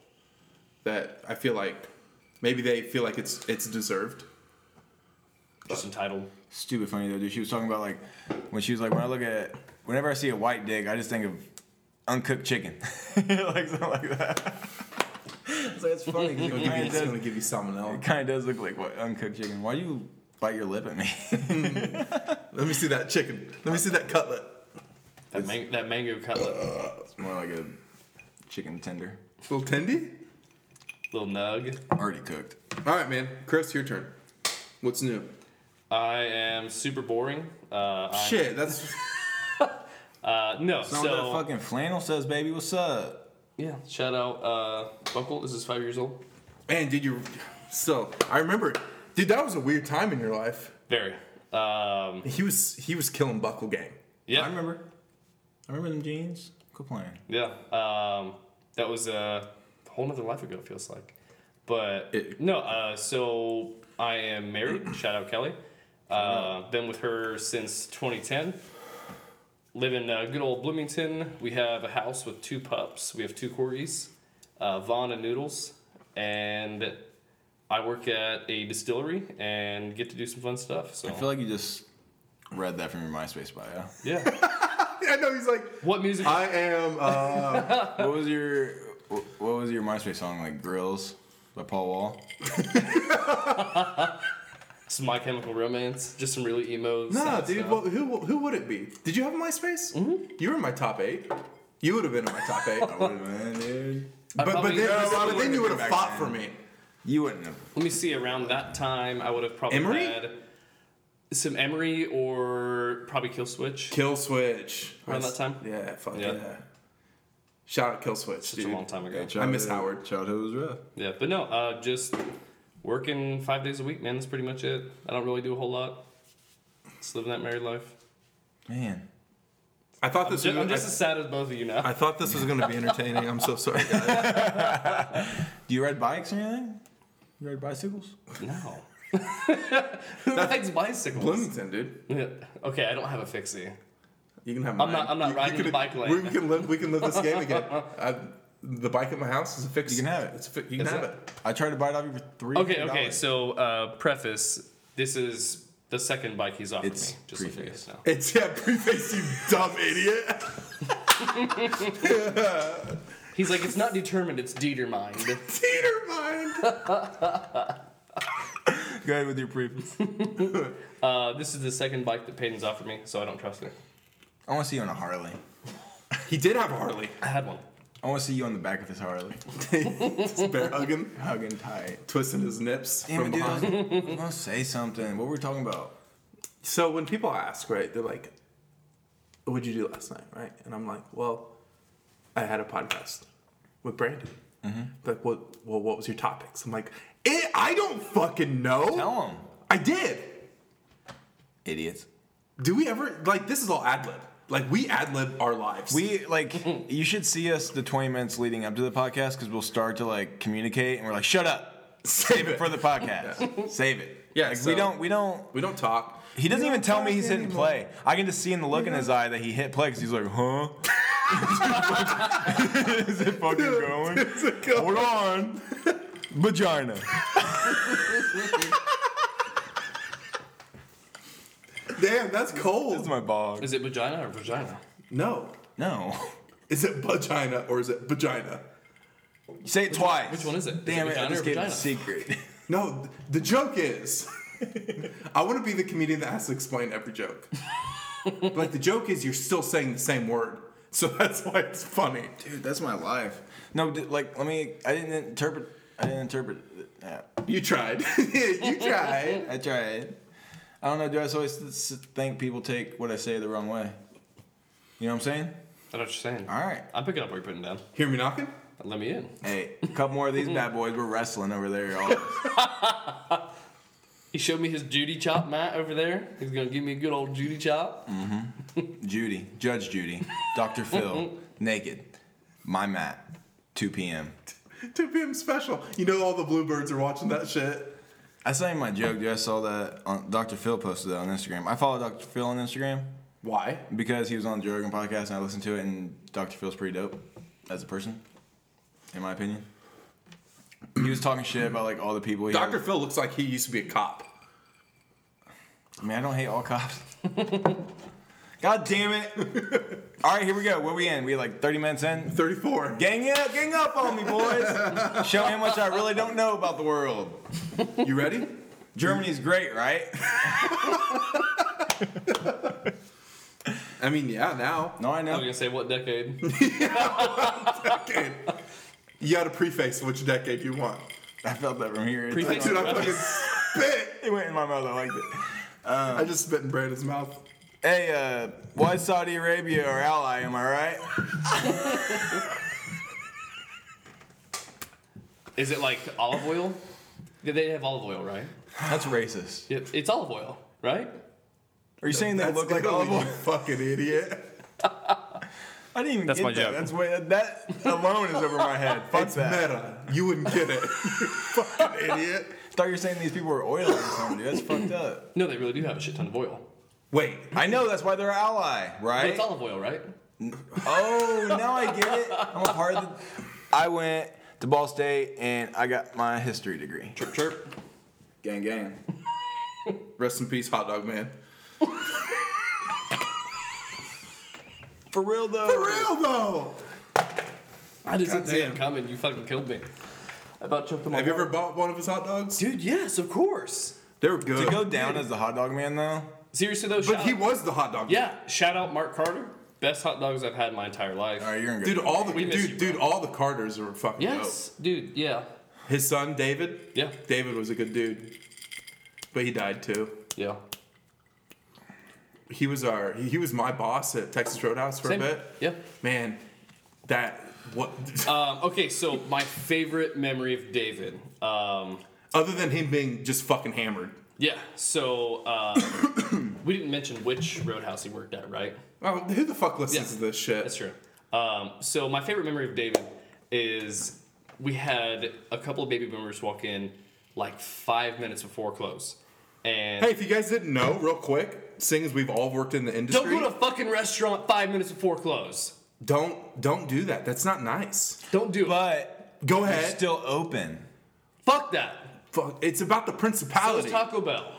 that I feel like maybe they feel like it's it's deserved. Just entitled. stupid funny though, dude. She was talking about like when she was like, when I look at, whenever I see a white dick, I just think of uncooked chicken, like something like that. It's like it's funny. 'cause it It's kinda does- gonna give you salmonella. It kind of does look like what uncooked chicken. Why do you bite your lip at me. Let me see that chicken. Let me see that cutlet. That, man- that mango cutlet, it's more like a chicken tender, Little tendy? little nug. already cooked. All right, man. Chris, your turn. What's new? I am super boring. Uh, I- Shit, that's. uh, no, Some of that so fucking flannel says, baby, what's up? yeah. Shout out, uh, Buckle. This is five years old. Man, did you. So, I remember. Dude, that was a weird time in your life. Very. Um, He was he was killing Buckle Gang. yeah. I remember. I remember them jeans. Quit playing. Yeah, um, that was a whole nother life ago. It feels like, but It- no. Uh, so I am married. shout out Kelly. Uh, been with her since 2010. Live in uh, good old Bloomington. We have a house with two pups. We have two corgis, uh, Vaughn and Noodles, and I work at a distillery and get to do some fun stuff. So I feel like you just read that from your MySpace bio. yeah, I know, he's like, what music? I am. Uh, What was your wh- What was your MySpace song like? Grills by Paul Wall. Some My Chemical Romance. Just some really emo. nah, sad dude, stuff. well, who, who would it be? Did you have MySpace? Mm-hmm. You were in my top eight. You would have been in my top eight. but, Man, dude. but probably- then, No, I but then wouldn't you would have back fought for then. me. You wouldn't have. Let me see. Around that time, I would have probably Emery? had some Emery or probably Kill Switch. Kill Switch. Around That's- that time? Yeah, fuck yeah. Yeah. Shout out Kill Switch, Such dude. a long time ago. Yeah, I miss childhood- Howard. Childhood was rough. Yeah, but no, uh, just working five days a week, man. That's pretty much it. I don't really do a whole lot. Just living that married life. Man, I thought I'm this. ju- was, I'm just I- as sad as both of you now. I thought this was going to be entertaining. I'm so sorry, guys. do you ride bikes or anything? You ride bicycles? no. Who rides bicycles? Bloomington, dude. Yeah. Okay, I don't have a fixie. You can have. I'm not. I'm not riding the bike lane. We can live. We can live this game again. I, the bike at my house is a fix. You can have it. It's a fi- you can Is have it? it. I tried to bite off you for three. Okay, $4. okay. So, uh, preface. This is the second bike he's offered It's me. Just so you preface. guys know. It's yeah. Preface, you dumb idiot. He's like, it's not determined. It's determined. Teeter mind. Go ahead with your preface. Uh, this is the second bike that Peyton's offered me, so I don't trust her. I want to see you on a Harley. He did have a Harley. I had one. I want to see you on the back of his Harley, Just bear hugging, hugging tight. twisting his nips Damn from it, dude! I behind. was, I was gonna say something. What were we talking about? So when people ask, right, they're like, "What'd you do last night?" Right, and I'm like, "Well, I had a podcast with Brandon." Like, what? Well, what was your topics? I'm like, eh, "I don't fucking know." Tell him, I did. idiots. Do we ever like this? Is all ad lib. Like we ad lib our lives. We like you should see us the 20 minutes leading up to the podcast because we'll start to like communicate and we're like, shut up, save for the podcast, save it. Yeah, like, so- we don't, we don't. We don't talk. He doesn't even tell me he's hitting play. I can just see in the look in his eye that he hit play because he's like, huh? Is it fucking going? Hold on, vagina. Damn, that's That's cold. my bog. Is it vagina or vagina? No, No, is it vagina or is it vagina? say it twice. which one is it? Is it Damn it! I vagina just or gave it a vagina? secret. No, th- the joke is I want to be the comedian that has to explain every joke. like the joke is you're still saying the same word. So that's why it's funny. Dude, that's my life. No, dude, like let me. I didn't interpret. I didn't interpret that. You tried. you tried. I tried. I don't know. Do I always s- think people take what I say the wrong way? You know what I'm saying? I know what you're saying. All right. I'm picking up what you're putting down. Hear me knocking? Let me in. Hey, a couple more of these bad boys. We're wrestling over there. Y'all. He showed me his Judy chop mat over there. He's gonna give me a good old Judy chop. Judy, Judge Judy, Dr. Phil, naked. My mat, 2 p.m. 2 p.m. special. You know all the bluebirds are watching that shit. I sang my joke. Dude, I saw that on Dr. Phil posted that on Instagram. I follow Dr. Phil on Instagram Why? because he was on the Joe Rogan podcast and I listened to it. And Dr. Phil's pretty dope as a person, in my opinion. He was talking shit about like all the people. He Dr. Phil looks like he used to be a cop. I mean, I don't hate all cops. God damn it. All right, here we go. Where we in? We like 30 minutes in. 34. Gang up, gang up on me, boys. Show me how much I really don't know about the world. You ready? Germany's great, right? I mean, yeah, now. No, I I know. was gonna say what decade? Decade. You got to preface which decade you want. I felt that from here. Preface- Dude, I fucking spit. It went in my mouth. I liked it. I just spit in Brandon's mouth. Hey, uh, why is Saudi Arabia our ally? Am I right? Is it like olive oil? Yeah, they have olive oil, right? That's racist. Yep, it's olive oil, right? Are you saying they That's look like literally olive oil? you fucking idiot. I didn't even That's get my that. joke. That's way that alone is over my head. Fuck It's that. meta. You wouldn't get it. You fucking idiot. Thought you were saying these people were oil or something, dude. That's fucked up. No, they really do have a shit ton of oil. Wait. I know that's why they're our ally, But right? it's olive oil, right? Oh, now I get it. I'm a part of the. I went to Ball State and I got my history degree. Chirp, chirp. Gang, gang. Rest in peace, hot dog man. For real though. For real though. I just didn't see Goddamn. it coming. You fucking killed me. I about choked on my Have you water. ever bought one of his hot dogs? Dude, yes, of course. They were good. To go down as the hot dog man though. Seriously though, But shout he out- was the hot dog. yeah. Shout out Mark Carter. Best hot dogs I've had in my entire life. All right, you're in good. dude, all the We miss dude, you, bro. dude, all the Carters were fucking Yes, dude. Yeah, dope. His son David. Yeah. David was a good dude, but he died too. yeah. He was our he, he was my boss at Texas Roadhouse for Same. a bit. Yeah. Man, that what? Um, okay, so my favorite memory of David. Um, other than him being just fucking hammered. yeah. So uh, we didn't mention which roadhouse he worked at, right? Oh, who the fuck listens Yeah. to this shit? That's true. Um, so my favorite memory of David is we had a couple of baby boomers walk in like five minutes before close, and Hey, if you guys didn't know, real quick, seeing as we've all worked in the don't industry, go to a fucking restaurant five minutes before close. don't don't do that. That's not nice. Don't do it. But Go they're ahead. still open. Fuck that. Fuck, it's about the That was principality. Taco Bell.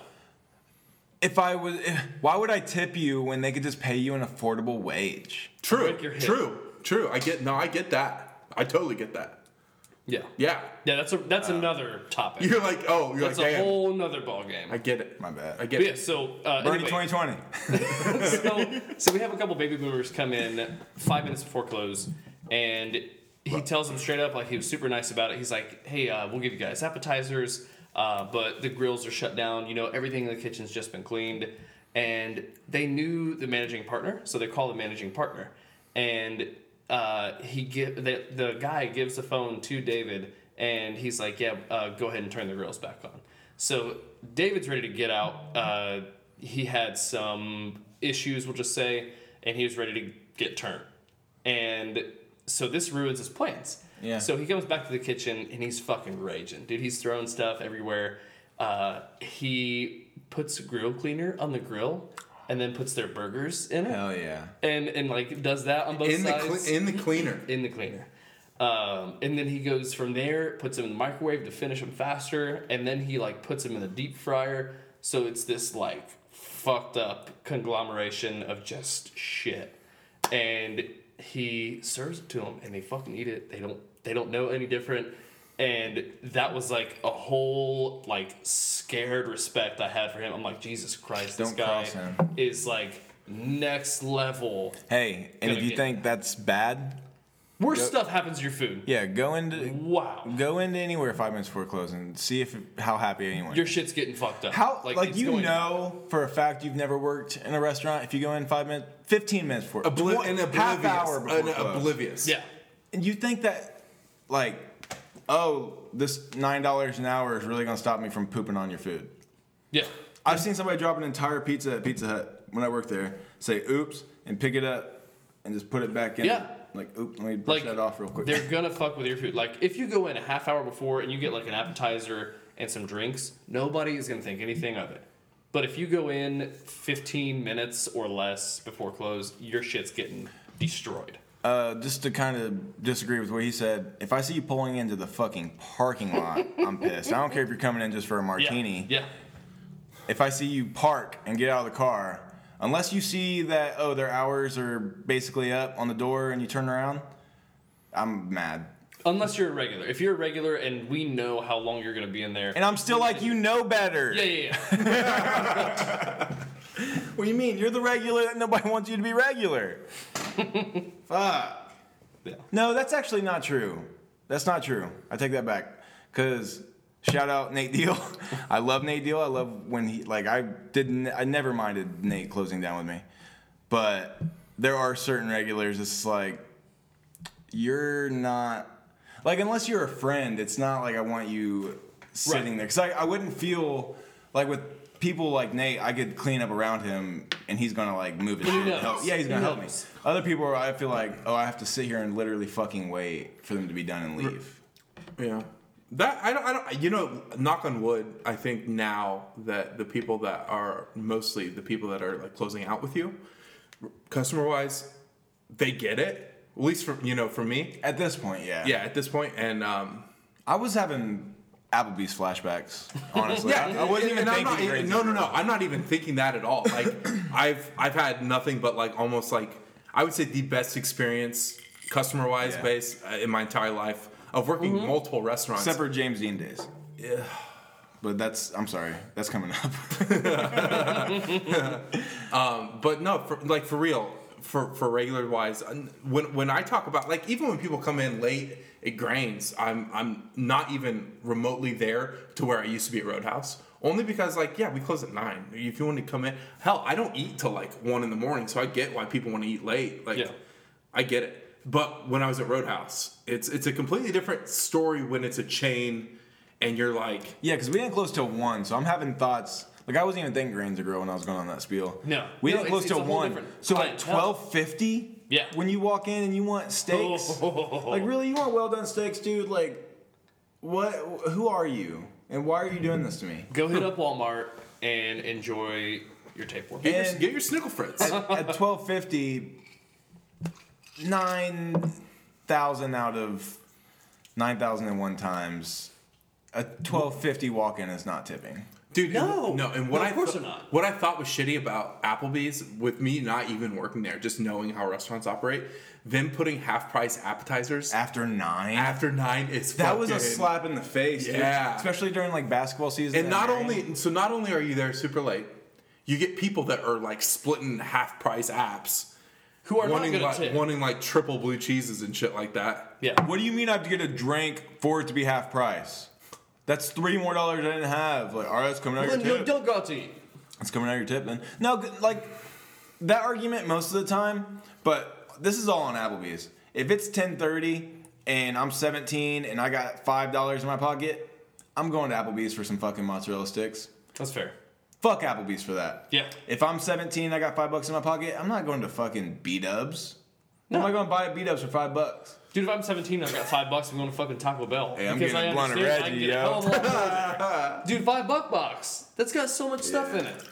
If I was, if, why would I tip you when they could just pay you an affordable wage? true, break your hip. true, true. I get no, I get that. I totally get that. Yeah. Yeah, Uh, Yeah, that's a, that's another topic. you're like, oh, you're That's like, a damn. whole nother ballgame. I get it. My bad. I get But yeah, it. so uh, Bernie anyway, 2020. so, so we have a couple baby boomers come in five minutes before close, and he tells them straight up, like he was super nice about it. He's like, "Hey, uh, we'll give you guys appetizers, uh, but the grills are shut down. You know, everything in the kitchen's just been cleaned." And they knew the managing partner, so they call the managing partner, and uh, he give the, the guy gives the phone to David, and he's like, "Yeah, uh, go ahead and turn the grills back on." So David's ready to get out. Uh, he had some issues, we'll just say, and he was ready to get turned. And so this ruins his plans. Yeah. So he comes back to the kitchen and he's fucking raging, dude. He's throwing stuff everywhere. Uh, he puts grill cleaner on the grill and then puts their burgers in it Hell yeah. and and like does that on both In the sides cle- in the cleaner. in the cleaner. Um, and then he goes from there, puts them in the microwave to finish them faster, and then he like puts them in the deep fryer. So it's this like fucked up conglomeration of just shit. And he serves it to them, and they fucking eat it. They don't they don't know any different. And that was like a whole like scared respect I had for him. I'm like Jesus Christ, this Don't guy cross him. is like next level Hey, and if Gonna you get- think that's bad, Worst stuff happens to your food. yeah, go into Wow. go into anywhere five minutes before closing. See if how happy anyone. Your shit's getting fucked up. how like, it's you going- know for a fact you've never worked in a restaurant. If you go in five minutes, fifteen minutes before, Obli- one- an half hour before oblivious. An close. oblivious. Yeah. And you think that, like, oh, this nine dollars an hour is really gonna stop me from pooping on your food? Yeah. I've seen somebody drop an entire pizza at Pizza Hut when I worked there. Say oops and pick it up and just put it back in. Yeah. Like oop, let me brush Like that off real quick. They're gonna fuck with your food. Like if you go in a half hour before and you get like an appetizer and some drinks, nobody is gonna think anything of it. But if you go in 15 minutes or less before close, your shit's getting destroyed. Uh, just to kind of disagree with what he said, if I see you pulling into the fucking parking lot, I'm pissed. I don't care if you're coming in just for a Yeah. martini. Yeah. If I see you park and get out of the car, unless you see that oh their hours are basically up on the door and you turn around, I'm mad. Unless you're a regular. If you're a regular and we know how long you're going to be in there. And I'm still like, you know better. yeah, yeah, yeah. What do you mean? You're the regular that nobody wants you to be regular. Fuck. Yeah. No, that's actually not true. That's not true. I take that back. Cause shout out Nate Deal. I love Nate Deal. I love when he like I didn't I never minded Nate closing down with me. But there are certain regulars it's like you're not like unless you're a friend, it's not like I want you sitting Right. there because I, I wouldn't feel like with people like Nate, I could clean up around him and he's gonna like move his He shit. and knows. help. Yeah, he's gonna He help me. knows. Other people, are, I feel like, oh, I have to sit here and literally fucking wait for them to be done and leave. Yeah. That I don't, I don't you know knock on wood I think now that the people that are mostly the people that are like closing out with you customer wise they get it at least from you know from me At this point, yeah. yeah at this point and um I was having Applebee's flashbacks. Honestly, yeah I, I wasn't even and I'm thinking. not even- crazy. no no no I'm not even thinking that at all like I've I've had nothing but like almost like I would say the best experience customer wise Yeah. Mm-hmm. base uh, in my entire life of working multiple restaurants Except for James Dean days. Yeah. But that's I'm sorry. That's coming up. But no, for, like for real, for for regular wise, n- when when I talk about like even when people come in late, it grains. I'm I'm not even remotely there to where I used to be at Roadhouse. Only because like yeah, we close at nine. If you want to come in, hell, I don't eat till like one in the morning, so I get why people want to eat late. Like, Yeah. I get it. But when I was at Roadhouse, it's it's a completely different story when it's a chain, and you're like, Yeah, because we didn't close till one, so I'm having thoughts. Like I wasn't even thinking grains of girl when I was going on that spiel. No. we No, didn't it's- close it's till a whole one. different So like clientele. twelve fifty. Yeah. Oh. When you walk in and you want steaks, like really, you want well done steaks, dude. Like, what? Who are you, and why are you doing this to me? Go hit up Walmart and enjoy your tapeworm. get your, And- get your snickle fritz. At twelve fifty, nine thousand out of nine thousand and one times, a twelve fifty walk in is not tipping. Dude, No. and- no, and what No, I of course thought- they're not. What I thought was shitty about Applebee's, with me not even working there, just knowing how restaurants operate, them putting half price appetizers After nine. after nine is That was a fucking- slap in the face, dude. Yeah. Especially during like basketball season. And not Marion. only so, not only are you there super late, you get people that are like splitting half price apps, Who are wanting not going like to tip. wanting like triple blue cheeses and shit like that. yeah. What do you mean I have to get a drink for it to be half price? That's three more dollars I didn't have. Like, all right, that's coming out of Then your you tip. don't got to eat. It's coming out of your tip, then. No, g- like that argument most of the time. But this is all on Applebee's. If it's ten thirty and I'm seventeen and I got five dollars in my pocket, I'm going to Applebee's for some fucking mozzarella sticks. That's fair. Fuck Applebee's for that. Yeah. If I'm 17, I got five bucks in my pocket. I'm not going to fucking B Dubs. What am I going to buy at B Dubs for five bucks? Dude, if I'm 17 and I've got five bucks, I'm going to fucking Taco Bell. Hey, I'm Because getting I a blunt of understand I Reggie, can get yo. a hell of a lot more. Oh, Dude, five buck box. That's got so much stuff in it.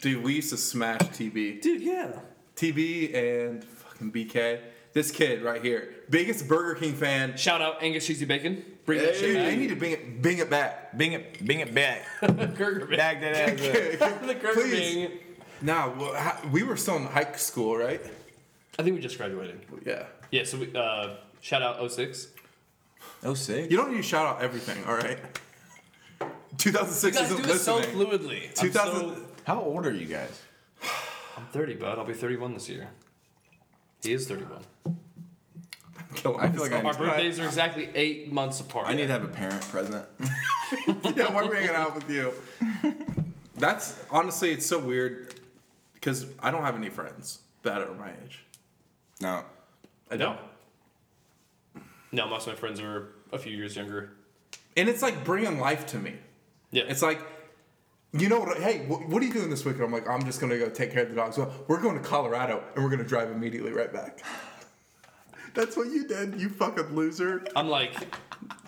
Dude, we used to smash TB. Dude, yeah. TB and fucking BK. This kid right here, biggest Burger King fan. Shout out Angus Cheesy Bacon. Bring that Dude, you shit need to bring it, bring it back. Bing it, bing it back. back. Burger Bing. Bag that ass up. The Burger Please. Bing. Nah, well, ha- we were still in high school, right? I think we just graduated. Yeah. Yeah, so we, uh, shout out 06. Oh, sick. You don't need to shout out everything, all right? 2006 You guys do isn't this so listening. fluidly. 2000 I'm, so, How old are you guys? I'm 30, bud. I'll be 31 this year. He is 31. Kill I feel like I- My birthdays are exactly eight months apart. I need to have a parent present. yeah, we're hanging out with you. That's honestly, it's so weird because I don't have any friends that are my age. No. I No. don't. No, most of my friends are a few years younger. And it's like bringing life to me. Yeah. It's like, you know what? Hey, what, what are you doing this weekend? I'm like, I'm just gonna go take care of the dogs. Well, we're going to Colorado and we're gonna drive immediately right back. That's what you did, you fucking loser. I'm like,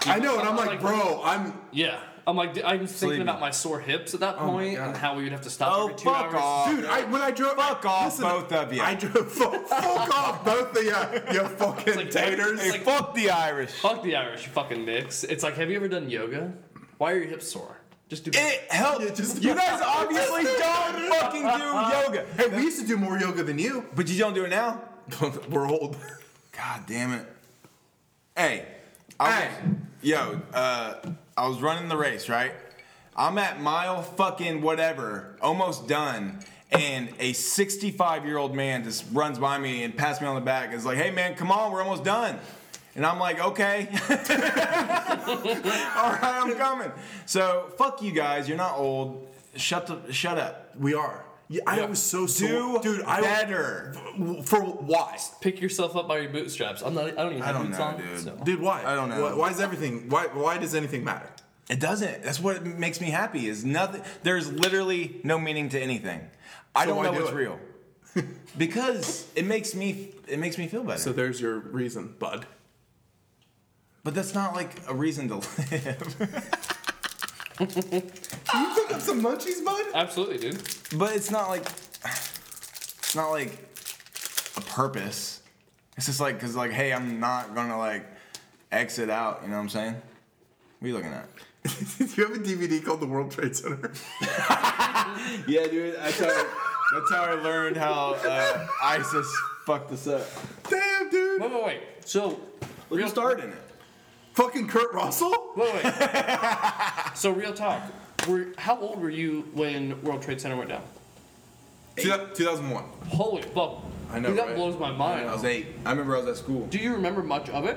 I know, and I'm like, Like- bro, I'm. yeah. I'm like, d- I'm thinking Sleepy. about my sore hips at that my point God. and how we would have to stop Oh, every two fuck hours. off. Dude, I, when I drove, Fuck off, both of you. I drove. Fuck, fuck off, both of you, you fucking like- taters. Hey, It's like- fuck the Irish. Fuck the Irish, you fucking nicks. It's like, have you ever done yoga? Why are your hips sore? Just do It helped. Yeah, just- you guys obviously don't fucking do yoga. hey, we used to do more yoga than you. But you don't do it now? We're old. God damn it. Hey, I Hey. was, yo, uh, I was running the race, right? I'm at mile fucking whatever, almost done, and a 65 year old man just runs by me and pats me on the back. and is like, hey man, come on, we're almost done. And I'm like, okay. All right, I'm coming. So fuck you guys. You're not old. Shut the shut up. We are. Yeah, I was so Do sore. Dude, I better. for why? Pick yourself up by your bootstraps. I'm not. I don't even have don't boots know, on. dude. So. Dude, why? I don't know. Why, why is everything? Why? Why does anything matter? It doesn't. That's what makes me happy. Is nothing. There's literally no meaning to anything. I So don't why know do what's it? real because it makes me it makes me feel better. So there's your reason, bud. but that's not like a reason to live. You pick up some munchies, bud. Absolutely, dude. but it's not like it's not like a purpose. It's just like because like hey, I'm not gonna like exit out. You know what I'm saying? What are you looking at? Do you have a DVD called The World Trade Center? Yeah, dude. That's how, that's how I learned how uh, ISIS fucked us up. Damn, dude. Wait, wait, wait. So, Look real who started in it. Fucking Kurt Russell. Wait, wait. so, real talk. Were, how old were you when World Trade Center went down? Two thousand one. Holy fuck! I know, Dude, that right? blows my I was mind. eight. I remember I was at school. Do you remember much of it?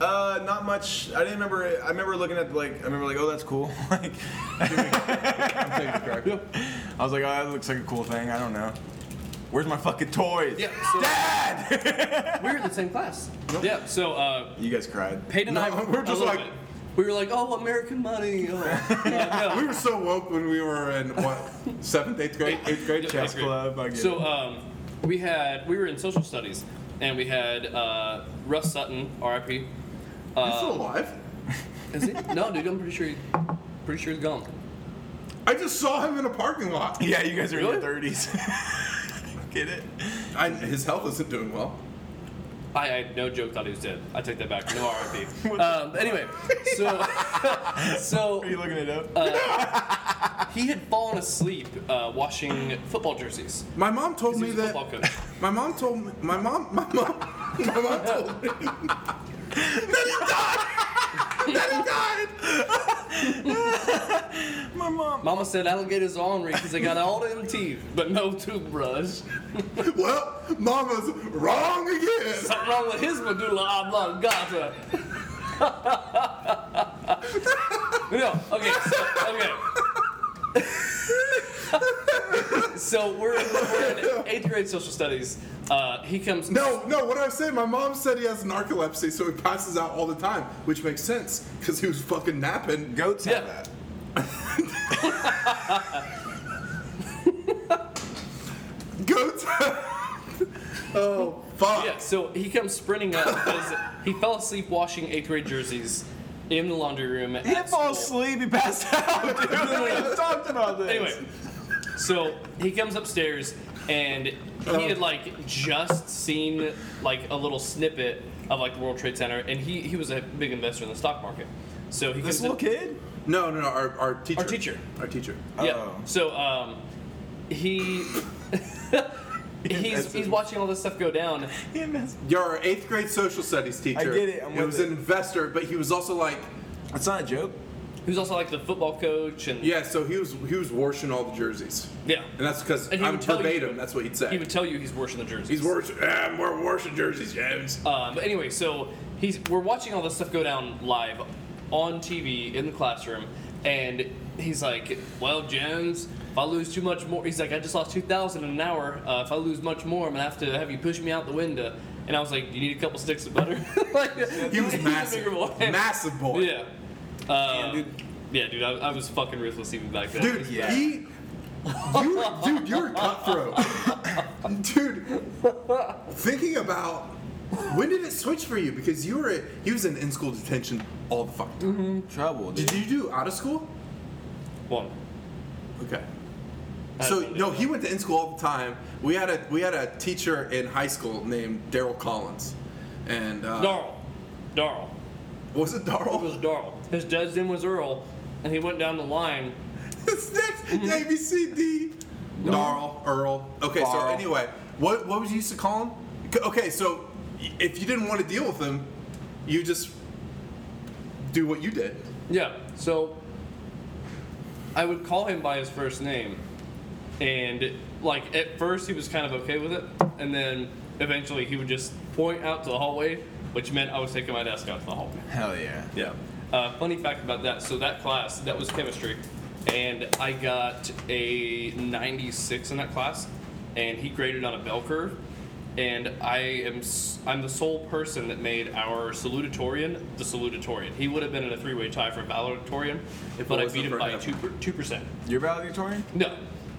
Uh, not much. I didn't remember. It. I remember looking at like. I remember like, oh, that's cool. like, I was like, oh, that looks like a cool thing. I don't know. Where's my fucking toys? Yeah. So Dad. we were in the same class. Yeah. So, uh, you guys cried. Peyton and No, I we're a just little like- bit. we were like, oh, American money. Oh. Yeah, no. We were so woke when we were in what seventh, eighth grade, eighth grade. Chess agree. club. I get So it. um, we had we were in social studies, and we had uh, Russ Sutton, R.I.P. He's Uh, still alive. Is he? no, dude, I'm pretty sure, he, pretty sure he's gone. I just saw him in a parking lot. Yeah, you guys are in Really? your thirties. get it? I, his health isn't doing well. I, I no joke thought he was dead. I take that back. No R.I.P. um, anyway, so so Are you looking it up? he had fallen asleep uh, washing football jerseys. My mom told He me was a that. football coach. My mom told me. My mom. My mom. My mom told me. my mom. Mama said alligators are ornery because they got all them teeth, but no toothbrush. Well, mama's wrong again. Something wrong with his medulla oblongata. no, okay, so, okay. so we're in, we're in eighth grade social studies. Uh, he comes. No, no, what did I say? My mom said he has narcolepsy, so he passes out all the time, which makes sense because he was fucking napping. Goats Yeah. have that. Goats. oh, fuck. Yeah, so he comes sprinting up because he fell asleep washing eighth grade jerseys in the laundry room. He didn't fall asleep. He passed out. Dude. we just talked about this. Anyway, so he comes upstairs and he had like just seen like a little snippet of like the World Trade Center, and he he was a big investor in the stock market. So he this comes little up- kid. No, no, no. Our, our teacher. teacher. Our teacher. Yeah. Oh. So um, he. He's, That's- he's watching all this stuff go down. He messed. You're our eighth grade social studies teacher. get it, I'm he with was it. an investor, but he was also like, That's not a joke. Who's also like the football coach and yeah. So he was he was washing all the jerseys, yeah. and that's because And he I'm would tell you- verbatim. that's what he'd say. He would tell you he's washing the jerseys. He's washing. Yeah, we're washing jerseys, James. Um, but anyway, so he's we're watching all this stuff go down live on TV in the classroom, and he's like, "Well, Jones, if I lose too much more, he's like, I just lost two thousand in an hour. Uh, if I lose much more, I'm gonna have to have you push me out the window." And I was like, "You need a couple sticks of butter." like, He was he's a massive, bigger boy. massive boy. Yeah. Uh, dude. yeah, dude, I, I was fucking ruthless even back then. Dude, Yeah. he. You, dude, you're a cutthroat. dude, thinking about when did it switch for you? Because you were he was in in school detention all the fucking time. Trouble. Dude. Did you do out of school? One. Okay. I So don't no, he went to in school all the time. We had a we had a teacher in high school named Daryl Collins, and uh, Darl. Darl. was it It was Daryl? Darl. His dad's name was Earl, and he went down the line It's next Mm-hmm. A B C D. Darl Earl. Okay, so Darl. anyway, what what was you used to call him? C- Okay, so y- if you didn't want to deal with him, you just do what you did. Yeah. So I would call him by his first name. And like at first he was kind of okay with it, and then eventually he would just point out to the hallway, which meant I was taking my desk out to the hallway. Hell yeah. Yeah. Uh, funny fact about that. So that class, that was chemistry, and I got a 96 in that class, and he graded on a bell curve, and I am s- I'm the sole person that made our salutatorian the salutatorian. He would have been in a three-way tie for valedictorian, but I was the beat him first by half. two per- two percent. You're valedictorian? No.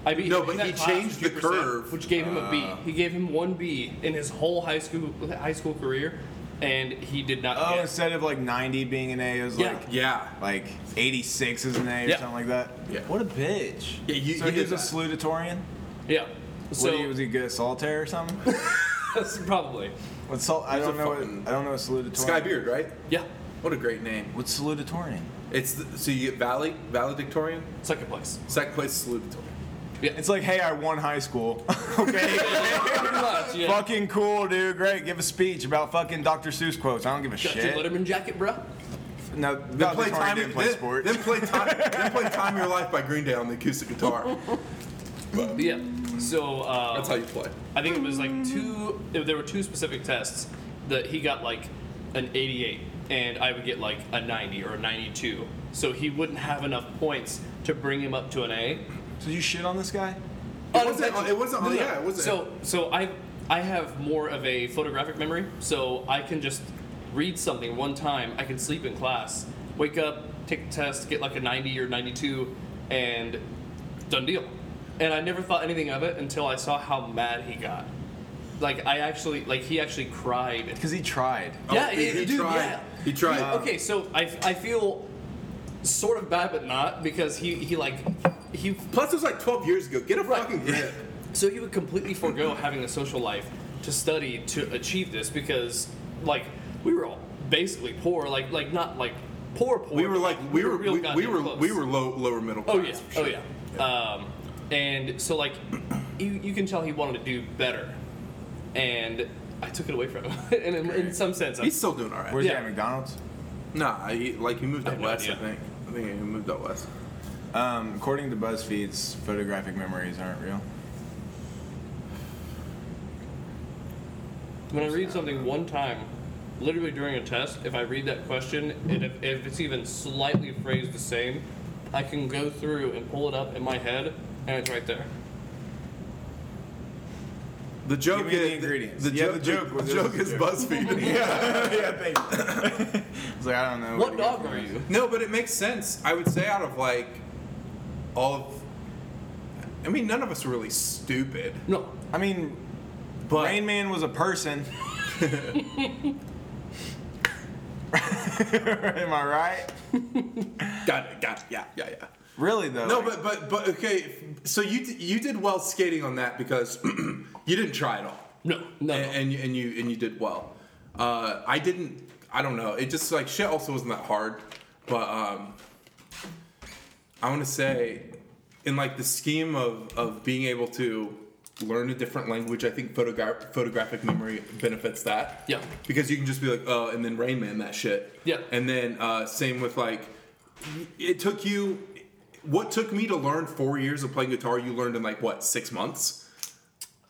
I beat No, him but in that he class changed the 2%, curve. which gave him a B. Ah. He gave him one B in his whole high school high school career, and he did not. Oh, get it. instead of like 90 being an A, it was Yeah. like Yeah. like 86 is an A or Yeah. something like that. Yeah. What a bitch. Yeah, you- so you he did was a that. salutatorian? Yeah. So So what, he- was he good at solitaire or something? probably. What sol- I He was don't a know. What, fucking- I don't know what salutatorian. Sky Beard, right? Yeah. What a great name. What's salutatorian? It's the, so you get Valley valedictorian, Second place. second place salutatorian. It's like, hey, I won high school. okay. Pretty much, yeah. Fucking cool, dude. Great. Give a speech about fucking Dr. Seuss quotes. I don't give a Got your shit. Letterman jacket, bro. No, Then valedictorian play time. didn't play then, sport. then play time. then play "Time of Your Life" by Green Day on the acoustic guitar. Yeah. So uh, That's how you play. I think it was like two. There were two specific tests that he got like an 88, and I would get like a 90 or a 92. So he wouldn't have enough points to bring him up to an A. so you shit on this guy? It wasn't on- it wasn't on- yeah, it wasn't- So, so I, I have more of a photographic memory, so I can just read something one time. I can sleep in class, wake up, take a test, get like a 90 or 92, and done deal. And I never thought anything of it until I saw how mad he got. Like I actually, like he actually cried. Because he tried. yeah, Oh, he, it- he dude, tried. yeah. He tried. Dude, okay, so I, I feel sort of bad, but not because he he like he Plus, it was like 12 years ago. Get a Right. fucking grip. So he would completely forego having a social life to study to achieve this because, like, we were all basically poor. Like, like not like poor poor. We were but, like, we were, we, we goddamn were, close. we were low, lower middle class. Oh yeah, for oh sure. yeah. Um, and so like, you you can tell he wanted to do better, and I took it away from him. and in, in some sense, I'm, He's still doing all right. Where's he Yeah. at McDonald's? Nah, he, like he moved I out have no west. I idea. think. I think he moved out west. Um, according to BuzzFeed's, photographic memories aren't real. when I read something one time. Literally during a test, if I read that question and if, if it's even slightly phrased the same, I can go through and pull it up in my head, and it's right there. The joke me the is ingredients. The, Yeah, joke, the joke The, was- this joke was is the joke. BuzzFeed. yeah, yeah, thank you. It's like, I don't know. What to go dog for. are you? No, but it makes sense. I would say out of like all of I mean none of us are really stupid. No. I mean, But Rain Man was a person. Am I right? got it, got it. Yeah, yeah, yeah. Really though. No, like- but but but okay, f- so you d- you did well skating on that because you didn't try at all. No. No. And, and you and you and you did well. Uh, I didn't I don't know. It just like shit also wasn't that hard, but um I want to say in like the scheme of of being able to learn a different language, I think photogra- photographic memory benefits that. Yeah. Because you can just be like, oh, and then Rain Man that shit. Yeah. And then uh, same with like, it took you, what took me to learn four years of playing guitar, you learned in like what six months.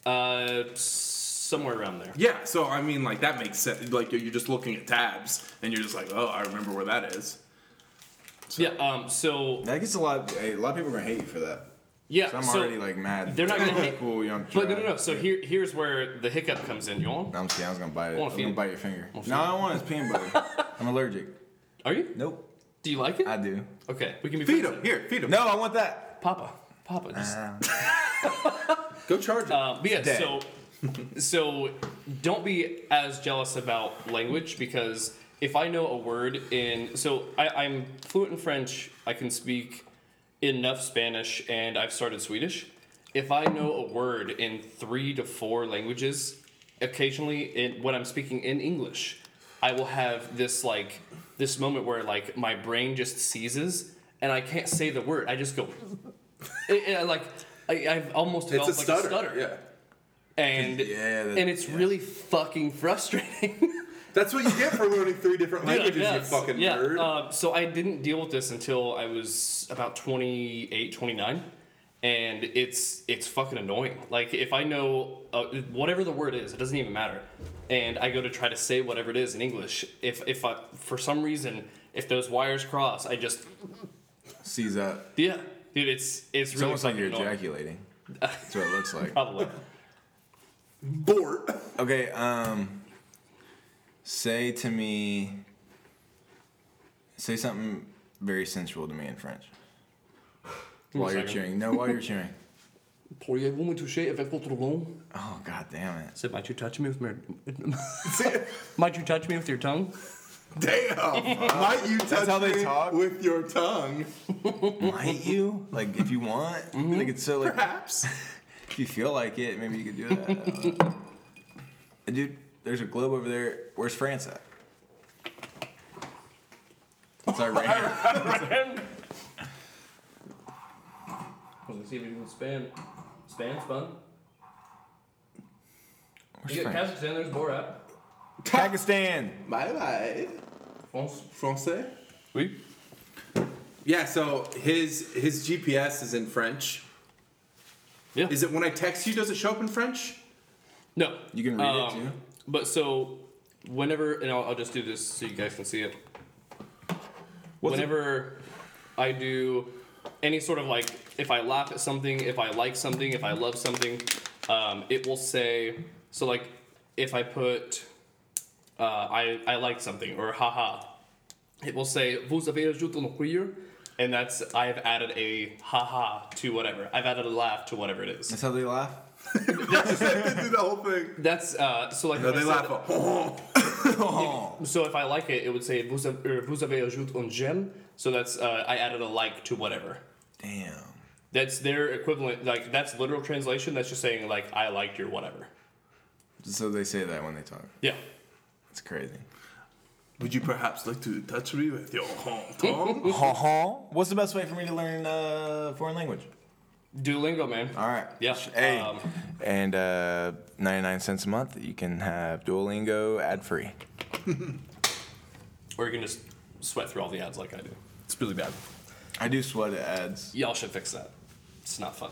Uh, somewhere around there. Yeah. So I mean, like that makes sense. Like you're just looking at tabs and you're just like, oh, I remember where that is. Yeah. Um. So that gets a lot. a lot of people are gonna hate you for that. yeah. So I'm so, already like mad. they're not gonna Cool, hate- Cool, young. But no, no, no. So here, here's where the hiccup comes in. You want? I'm kidding. I was gonna bite it. I wanna was feed gonna it. bite your finger. feed No, I don't want his peanut butter. I'm allergic. Are you? Nope. Do you like it? I do. Okay. We can be Feed friends him then. here. Feed him. No, I want that. Papa. Papa. Just. Go charge him. Um, but yeah. dead. So. So, don't be as jealous about language because if I know a word in, so I, I'm fluent in French. I can speak enough Spanish, and I've started Swedish. If I know a word in three to four languages, occasionally in, when I'm speaking in English, I will have this like this moment where like my brain just seizes and I can't say the word. I just go, It- it- like I, I've almost it's developed a stutter. like a stutter, Yeah. and Yeah, that- and it's yeah. really fucking frustrating. That's what you get for learning three different Yeah, languages, you yes, fucking yeah. nerd. Uh, so I didn't deal with this until I was about 28, 29. And it's it's fucking annoying. Like if I know uh, whatever the word is, it doesn't even matter. And I go to try to say whatever it is in English. If if I, for some reason if those wires cross, I just Seize up. yeah, dude. It's it's It's really almost like fucking you're annoying. ejaculating. That's what it looks like. Probably. Bort. Okay, um say to me say something very sensual to me in French. While you're second. cheering. No, while you're cheering. Pourriez-vous me toucher avec votre langue? Oh god damn it. Said, might you touch me with my? might you touch me with your tongue? Damn. Might you touch how they me talk? with your tongue? Might you? Like if you want. Mm-hmm. Like it's so like Perhaps. if you feel like it, maybe you could do that. Uh, dude, there's a globe over there. Where's France at? It's Iran. I was gonna see if you can spam. Spam, spam. Where's You get France? Kazakhstan, there's Borat. Pakistan. Bye bye. France. Francais? Oui. Yeah, so his his GPS is in French. Yeah. Is it when I text you, does it show up in French? no. You can read it Um, too. But so, whenever, and I'll, I'll just do this so you guys can see it. What's it- whenever I do any sort of like, if I laugh at something, if I like something, if I love something, um, it will say, so like, if I put, uh, I, I like something, or haha, it will say, vous avez ajouté un rire, and that's, I've added a haha to whatever. I've added a laugh to whatever it is. That's how they laugh. they do the whole thing. That's, uh, so like, No, if I Oh, they said- laugh. at- Oh. So if I like it, it would say vous avez, er, vous avez ajouté un j'aime. So that's uh, I added a like to whatever. Damn. That's their equivalent. Like that's literal translation. That's just saying like I liked your whatever. So they say that when they talk. Yeah. It's crazy. Would you perhaps like to touch me with your tongue? Ha ha. Uh-huh. What's the best way for me to learn uh, foreign language? Duolingo, man. All right. Yeah, Hey. um, and uh, 99 cents a month, you can have Duolingo ad free. Or you can just sweat through all the ads like I do. It's really bad. I do sweat at ads. Y'all should fix that. It's not fun.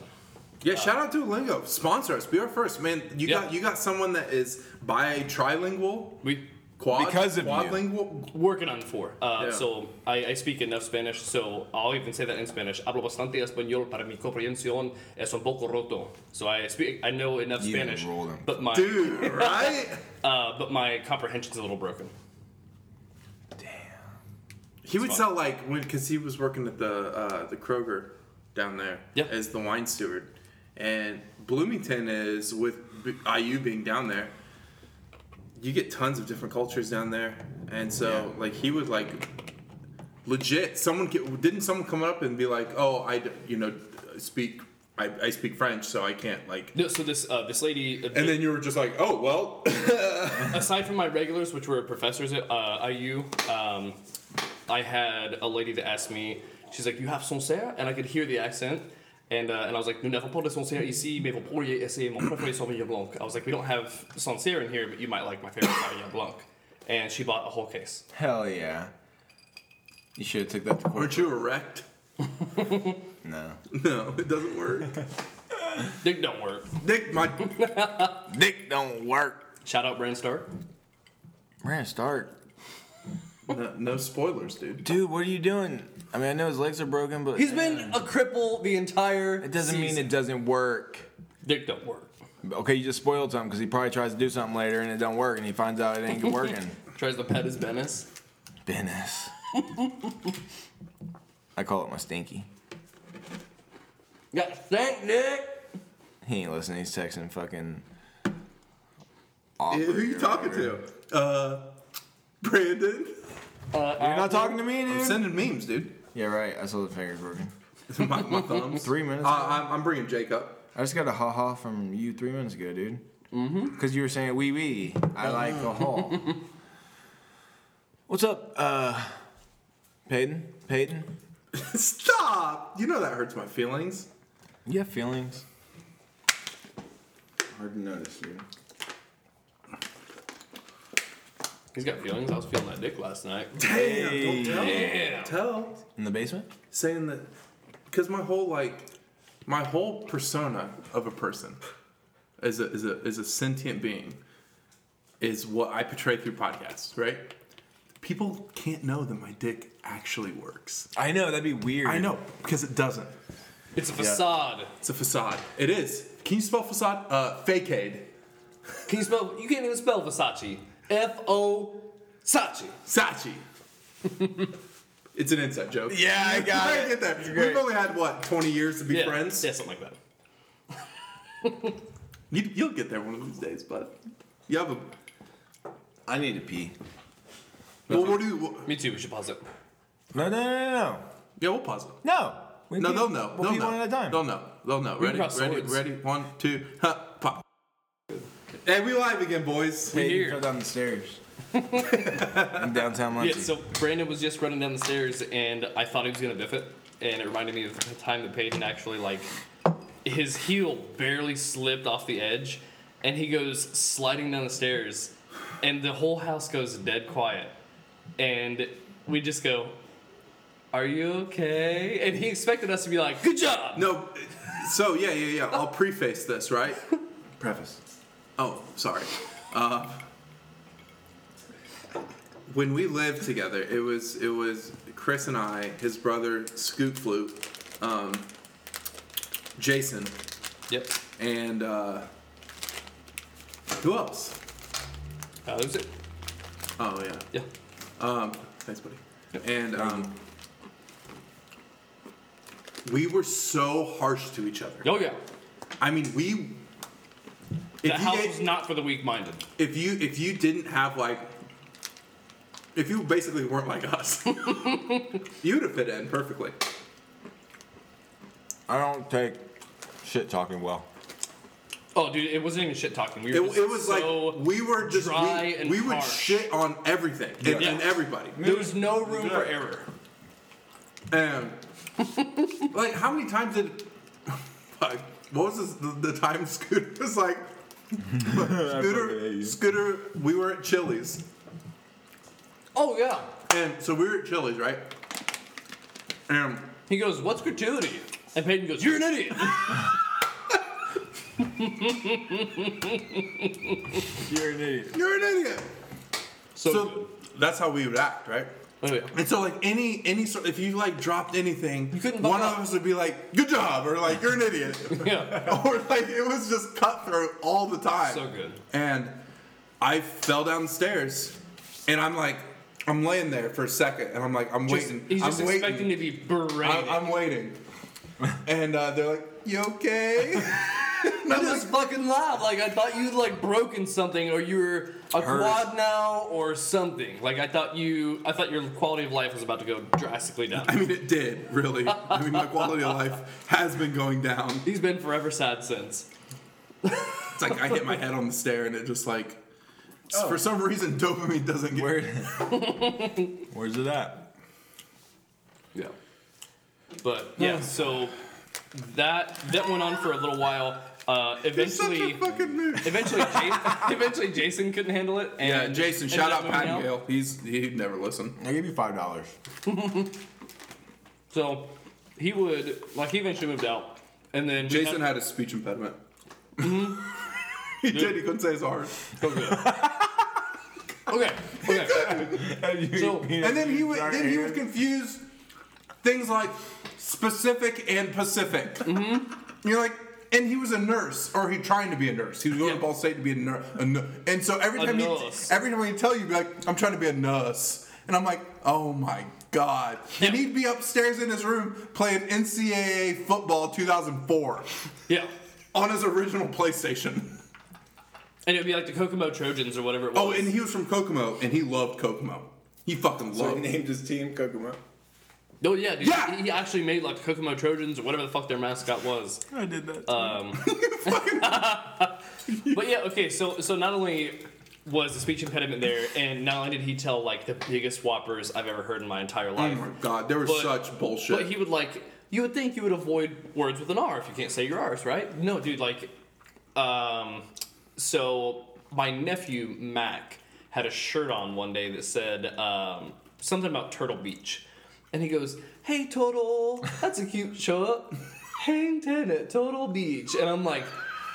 yeah, shout out to Lingo. Sponsor us. Be our first. Man, you Yeah. got you got someone that is bi trilingual, We quad Because of you. quadlingual. working on four. Uh, Yeah. So I, I speak enough Spanish. So I'll even say that in Spanish. Hablo bastante español para mi comprensión es un poco roto. So I speak. I know enough You Spanish, enrolled him. but my Dude, right? Uh, but my comprehension's a little broken. Damn. He would fun. sell like when because he was working at the uh, the Kroger down there Yeah. as the wine steward, and Bloomington is with B- IU being down there. You get tons of different cultures down there, and so like he would like legit. Someone get, didn't someone come up and be like, "Oh, I d- you know speak I, I speak French, so I can't like." No, so this uh, this lady, And then you were just like, "Oh well." aside from my regulars, which were professors at uh, IU, um, I had a lady that asked me. She's like, "You have Sancerre," and I could hear the accent. And, uh, and I was like, nous n'avons pas de Sancerre ici, mais vous pourriez essayer mon préféré Sauvignon Blanc. I was like, we don't have Sancerre in here, but you might like my favorite Sauvignon Blanc. And she bought a whole case. Hell yeah. You should have took that to court. Aren't you erect? No. No, it doesn't work. They don't work. Nick, my Dick don't work. Shout out Brand Star. We're gonna start. no, no spoilers, dude. Dude, what are you doing? I mean, I know his legs are broken, but He's been a cripple the entire. it doesn't mean it doesn't work. Dick don't work. Okay, you just spoiled something because he probably tries to do something later and it don't work, and he finds out it ain't working. Tries to pet his Venice. Venice. I call it my stinky. Got stank dick. He ain't listening. He's texting fucking. Yeah, Who are you talking to? Uh, Brandon. You're not talking to me, dude. Sending memes, dude. yeah, right. I saw the fingers working. my, my thumbs. Three minutes. Uh, I'm, I'm bringing Jake up. I just got a ha ha from you three minutes ago, dude. Mm-hmm. Because you were saying wee wee. I like a haul. What's up, uh, Peyton? Peyton, Stop. You know that hurts my feelings. you have feelings. Hard to notice, dude. He's got feelings. I was feeling that dick last night. Damn, don't tell. Damn. Tell In the basement? saying that because my whole like my whole persona of a person as a, as a as a sentient being is what I portray through podcasts, right? People can't know that my dick actually works. I know that'd be weird. I know because it doesn't. It's a facade. It's a facade. It is. Can you spell facade? Uh, fakeade. Can you spell? You can't even spell Versace. F O Sachi. Sachi. it's an inside joke. Yeah, I got I it. get that. It's We've great. only had what twenty years to be friends. Yeah, something like that. You, you'll get there one of these days, bud. You have a. I need to pee. Well, what do you? What, Me too. We should pause it. No, no, no, no, Yeah, we'll pause it. no. No. We No, pee- they'll know. We'll they'll pee know. one at a time. They'll know. They'll know. Ready, cross ready, swords. ready. One, two, ha, pop. hey, we live again, boys. Hey, you Here. can go down the stairs. in downtown Yeah, Muncie. so Brandon was just running down the stairs, and I thought he was gonna biff it, and it reminded me of the time that Peyton actually like his heel barely slipped off the edge, and he goes sliding down the stairs, and the whole house goes dead quiet, and we just go, "Are you okay?" And he expected us to be like, "Good job." No, So yeah, yeah, yeah. I'll preface this, right? Preface. Oh, sorry. Uh, when we lived together, it was it was Chris and I, his brother Scoot Flute, um, Jason, Yep. and uh, who else? Uh, that was it. Oh yeah. Yeah. Um, thanks, buddy. And um, we were so harsh to each other. Oh yeah. I mean, we. If you, The house gave- was not for the weak-minded. if you if you didn't have like, if you basically weren't like us, you would have fit in perfectly. I don't take shit talking well. Oh, dude, it wasn't even shit talking. We It, were just it was so like we were just dry we, and we would harsh. shit on everything and, Yeah. and everybody. There was no room for Yeah. error. And Um, like, how many times did? Fuck, what was this, the, the time Scooter was like? fucking hate Scooter, you. Scooter, we were at Chili's, Oh yeah. and so we were at Chili's, right? Um, And He goes, "What's gratuity?" And Peyton goes, "You're an idiot." You're an idiot. you're an idiot. So, So that's how we would act, right? good. Oh, yeah. And so like any any sort, if you like dropped anything, You couldn't buck one up. of us would be like, "Good job," or like, "You're an idiot," yeah, or like it was just cutthroat all the time. so good. and I fell downstairs, and I'm like, I'm laying there for a second, and I'm like, I'm Just- waiting, he's just I'm waiting, expecting to be I'm, berated. I'm waiting, and uh, they're like, "You okay?" and I'm It like, was fucking loud. Like I thought you'd like broken something, or you were a Hurt. quad now, or something. Like I thought you, I thought your quality of life was about to go drastically down. I mean, it did really. I mean, my quality of life has been going down. He's been forever sad since. It's like I hit my head on the stair, and it just like, Oh. for some reason, dopamine doesn't get. Where? Where's it at? Yeah. But yeah, so that that went on for a little while. Uh, Such eventually, a fucking mood. eventually, Ja- eventually, Jason couutn't handle it. And Yeah, Jason, ended shout up out moving Pattingale. He's he'd never listen. I give you five dollars. So he would like he eventually moved out, and then we Jason had, had a speech impediment. he did. He couldn't say his R's. okay okay So- And then he would, then he would confuse things like specific and Pacific. Mm-hmm. You're like, and he was a nurse, or he trying to be a nurse. He was going Yeah. to Ball State to be a nurse. and so every A time he, nurse. every time he tell you, be like, I'm trying to be a nurse, and I'm like, oh my god. Yeah. And he'd be upstairs in his room playing NCAA football 2004 yeah, on his original PlayStation. and it'd be like the Kokomo Trojans or whatever it was. Oh, and he was from Kokomo, and he loved Kokomo. He fucking So loved. he named his team Kokomo. oh yeah, dude, Yeah! He, he actually made like the Kokomo Trojans or whatever the fuck their mascot was. I did that. But yeah, okay, so so not only was the speech impediment there, and not only did he tell like the biggest whoppers I've ever heard in my entire oh life, my god, there was But- such bullshit. But he would like you would think you would avoid words with an R if you can't say your R's, right? No, dude, like um so my nephew Mac, had a shirt on one day that said um, something about Turtle Beach, and he goes, "Hey Turtle, that's a cute shirt. Hang ten at Turtle Beach," and I'm like.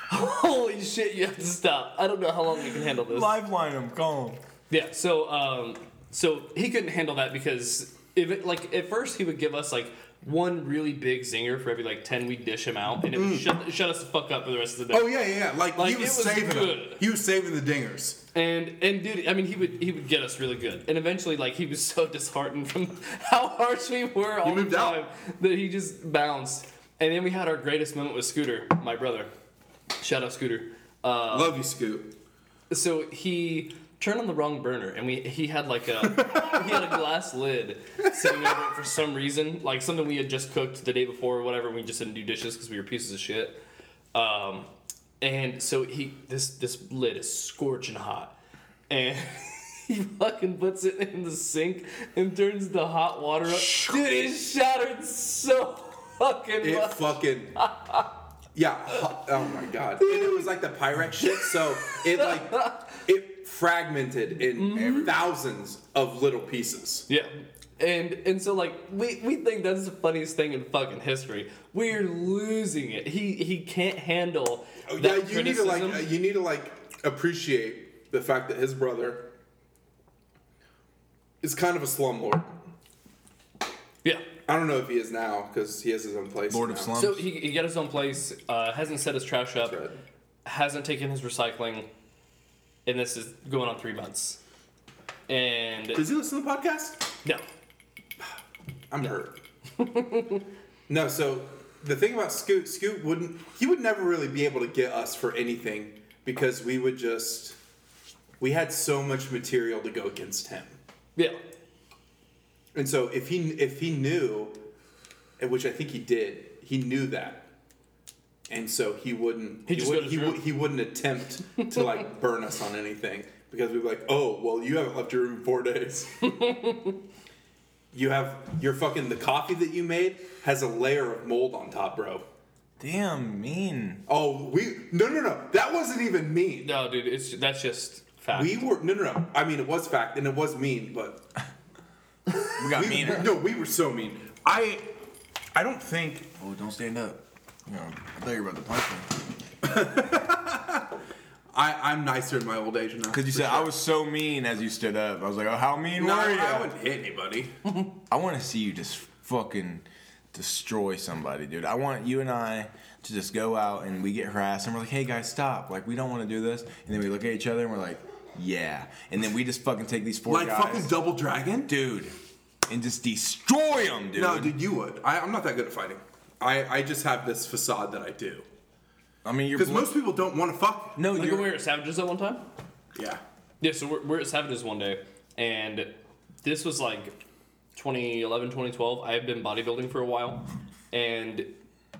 Holy shit, you have to stop. I don't know how long we can handle this. Liveline him, call him. Yeah. So, um, so he couldn't handle that because if it, like at first he would give us like one really big zinger for every like ten we'd dish him out, and it would shut, shut us the fuck up for the rest of the day. Mm. Oh yeah, yeah, yeah. Like, Like, he was, it was saving good. them. He was saving the dingers. And and dude, I mean, he would he would get us really good, and eventually like he was so disheartened from how harsh we were all moved the out. time that he just bounced. And then we had our greatest moment with Scooter, my brother. Shout out Scooter. Uh, Love you, Scoot. So he turned on the wrong burner, and we he had like a he had a glass lid sitting over it for some reason, like something we had just cooked the day before or whatever. And we just didn't do dishes because we were pieces of shit. Um, and so he this this lid is scorching hot, and. He fucking puts it in the sink and turns the hot water up. Dude, it shattered so fucking It much. fucking. Yeah. hu- Oh my god. And it was like the Pyrex shit, so it like it fragmented in Mm-hmm. thousands of little pieces. Yeah. And and so like we, we think that's the funniest thing in fucking history. We're losing it. He he can't handle Oh, yeah, that you need to like criticism. uh, you need to like appreciate the fact that his brother is kind of a slumlord. uh, yeah. I don't know if he is now because he has his own place. Lord of now. Slum. So he, he got his own place. Uh, hasn't set his trash up. Right. Hasn't taken his recycling. And this is going on three months. And Does he listen to the podcast? no, I'm hurt. no, so the thing about Scoot, Scoot wouldn't, he would never really be able to get us for anything because we would just, we had so much material to go against him. yeah, And so if he if he knew, and which I think he did, he knew that, and so he wouldn't He just would, got his he, would, room. he wouldn't attempt to like burn us on anything because we'd be like, oh well, you haven't left your room in four days. you have your fucking the coffee that you made has a layer of mold on top, bro. Damn mean. Oh, we no no no that wasn't even mean. no, dude, it's that's just fact. We were no no no. I mean it was fact and it was mean, but We got we, meaner. no we were so mean. I I don't think Oh, don't stand up. You know, I thought you were about to punch me. I, I'm nicer in my old age now. Because you for said sure. I was so mean as you stood up. I was like, oh, how mean No, were you? I wouldn't hit anybody. I want to see you just fucking destroy somebody, dude. I want you and I to just go out and we get harassed and we're like, hey guys, stop. Like, we don't want to do this. And then we look at each other and we're like, yeah. And then we just fucking take these four like guys, fucking Double Dragon? dude, and just destroy them, dude. No, dude, you would. I, I'm not that good at fighting. I, I just have this facade that I do. I mean, you're Because blo- most people don't want to fuck. no, like when we you're were at Savages at one time. Yeah. Yeah, so we're, we're at Savages one day, and this was like 2011, 2012. I had been bodybuilding for a while, and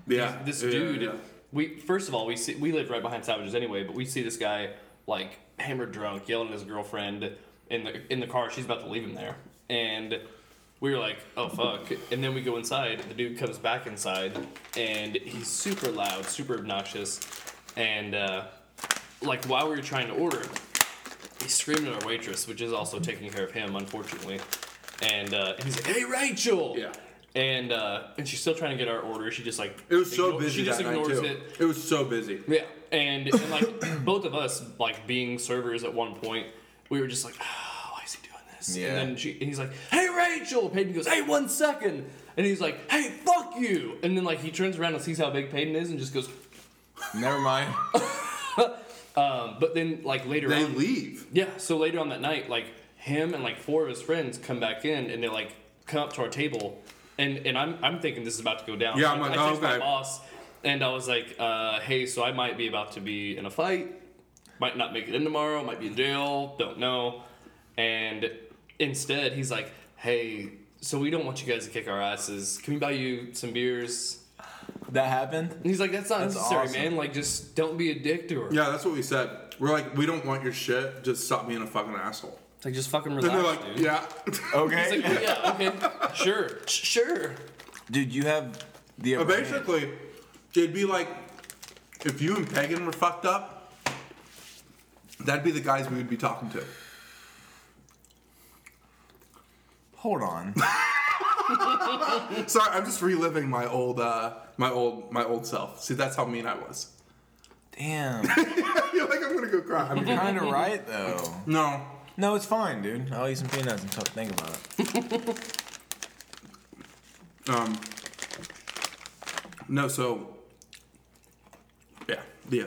Yeah. this Yeah, yeah, dude, yeah. we first of all we see we live right behind Savages anyway, but we see this guy like hammered drunk yelling at his girlfriend in the in the car. She's about to leave him there, and we were like, oh fuck. And then we go inside. The dude comes back inside, and he's super loud, super obnoxious, and uh, like while we were trying to order, he's screaming at our waitress, which is also taking care of him, unfortunately. And, uh, and he's like, "Hey, Rachel!" Yeah. And uh, and she's still trying to get our order. She just like It was so igno- busy She just that night, ignores too. it. It. was so busy. Yeah. And, and like both of us, like being servers at one point, we were just like, oh, why is he doing this? Yeah. And then she, and he's like, hey Rachel. Peyton goes, hey, one second. And he's like, hey, fuck you. And then like he turns around and sees how big Peyton is and just goes. never mind. Um, but then like later They on, leave. Yeah, so later on that night, like him and like four of his friends come back in and they like come up to our table and and I'm I'm thinking this is about to go down. Yeah, I'm I- like, I oh, text my okay. boss and I was like, uh, hey, so I might be about to be in a fight, might not make it in tomorrow, might be in jail, don't know. And instead he's like, Hey, so we don't want you guys to kick our asses. Can we buy you some beers? That happened. And he's like, That's not That's necessary, awesome. man. Like just don't be a dick to her. Yeah, that's what we said. We're like, we don't want your shit. Just stop being a fucking asshole. It's like just fucking And relax. they're like, dude. yeah. Okay, It's like, yeah, okay, sure, sure. dude, you have the. But upper hand. basically, it'd be like if you and Pagan were fucked up, that'd be the guys we would be talking to. Hold on. Sorry, I'm just reliving my old, uh, my old, my old self. See, that's how mean I was. Damn. You're like, I'm gonna go cry. I'm You're gonna kind of right though. No, No, it's fine, dude. I'll eat some peanuts and t- think about it. um, no. So, yeah, yeah.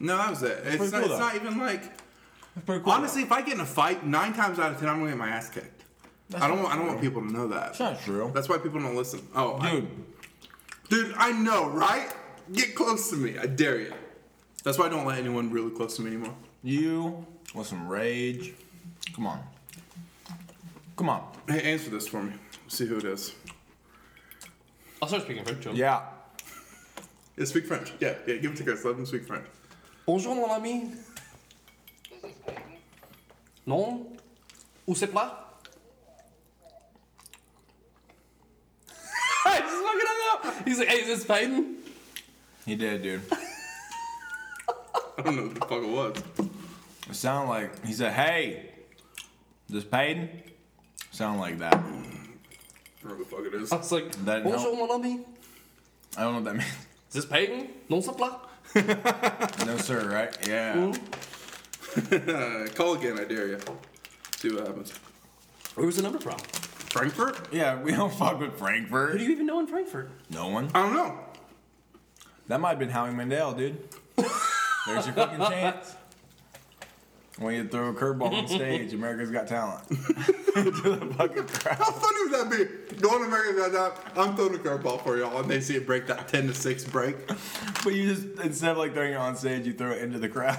No, that was it. It's, pretty not, cool, it's though. not even like That's pretty cool. honestly, if I get in a fight, nine times out of ten, I'm gonna get my ass kicked. I don't, want, I don't want people to know that. That's not true. That's why people don't listen. Oh, I- Dude, Dude, I know, right? Get close to me. I dare you. That's why I don't let anyone really close to me anymore. you with some rage. Come on. Come on. Hey, answer this for me. See who it is. I'll start speaking French to him. Yeah. Yeah, speak French. Yeah, yeah, give it to Chris. Let him speak French. Bonjour, mon ami. Non? Où c'est pas? I just fucking hung up. He's like, hey, is this Peyton? He did, dude. I don't know what the fuck it was. It sounded like he said, "Hey, this Payton." Sound like that. I don't know what the fuck it is. I was like, That didn't bonjour, mon ami. I don't know what that means. Is this Peyton? Non, c'est pas. No, sir. Right? Yeah. Call again, I dare you. See what happens. Where was the number from? Frankfurt? Yeah. We don't fuck with Who do Frankfurt. you even know in Frankfurt? No one. I don't know. That might have been Howie Mandel, dude. There's your fucking chance. When you throw a curveball on stage, America's Got Talent. to the fucking crowd. How funny would that be? Going to America got that. I'm throwing a curveball for y'all, and they see it break that 10 to 6 break. But you just instead of like throwing it on stage, you throw it into the crowd.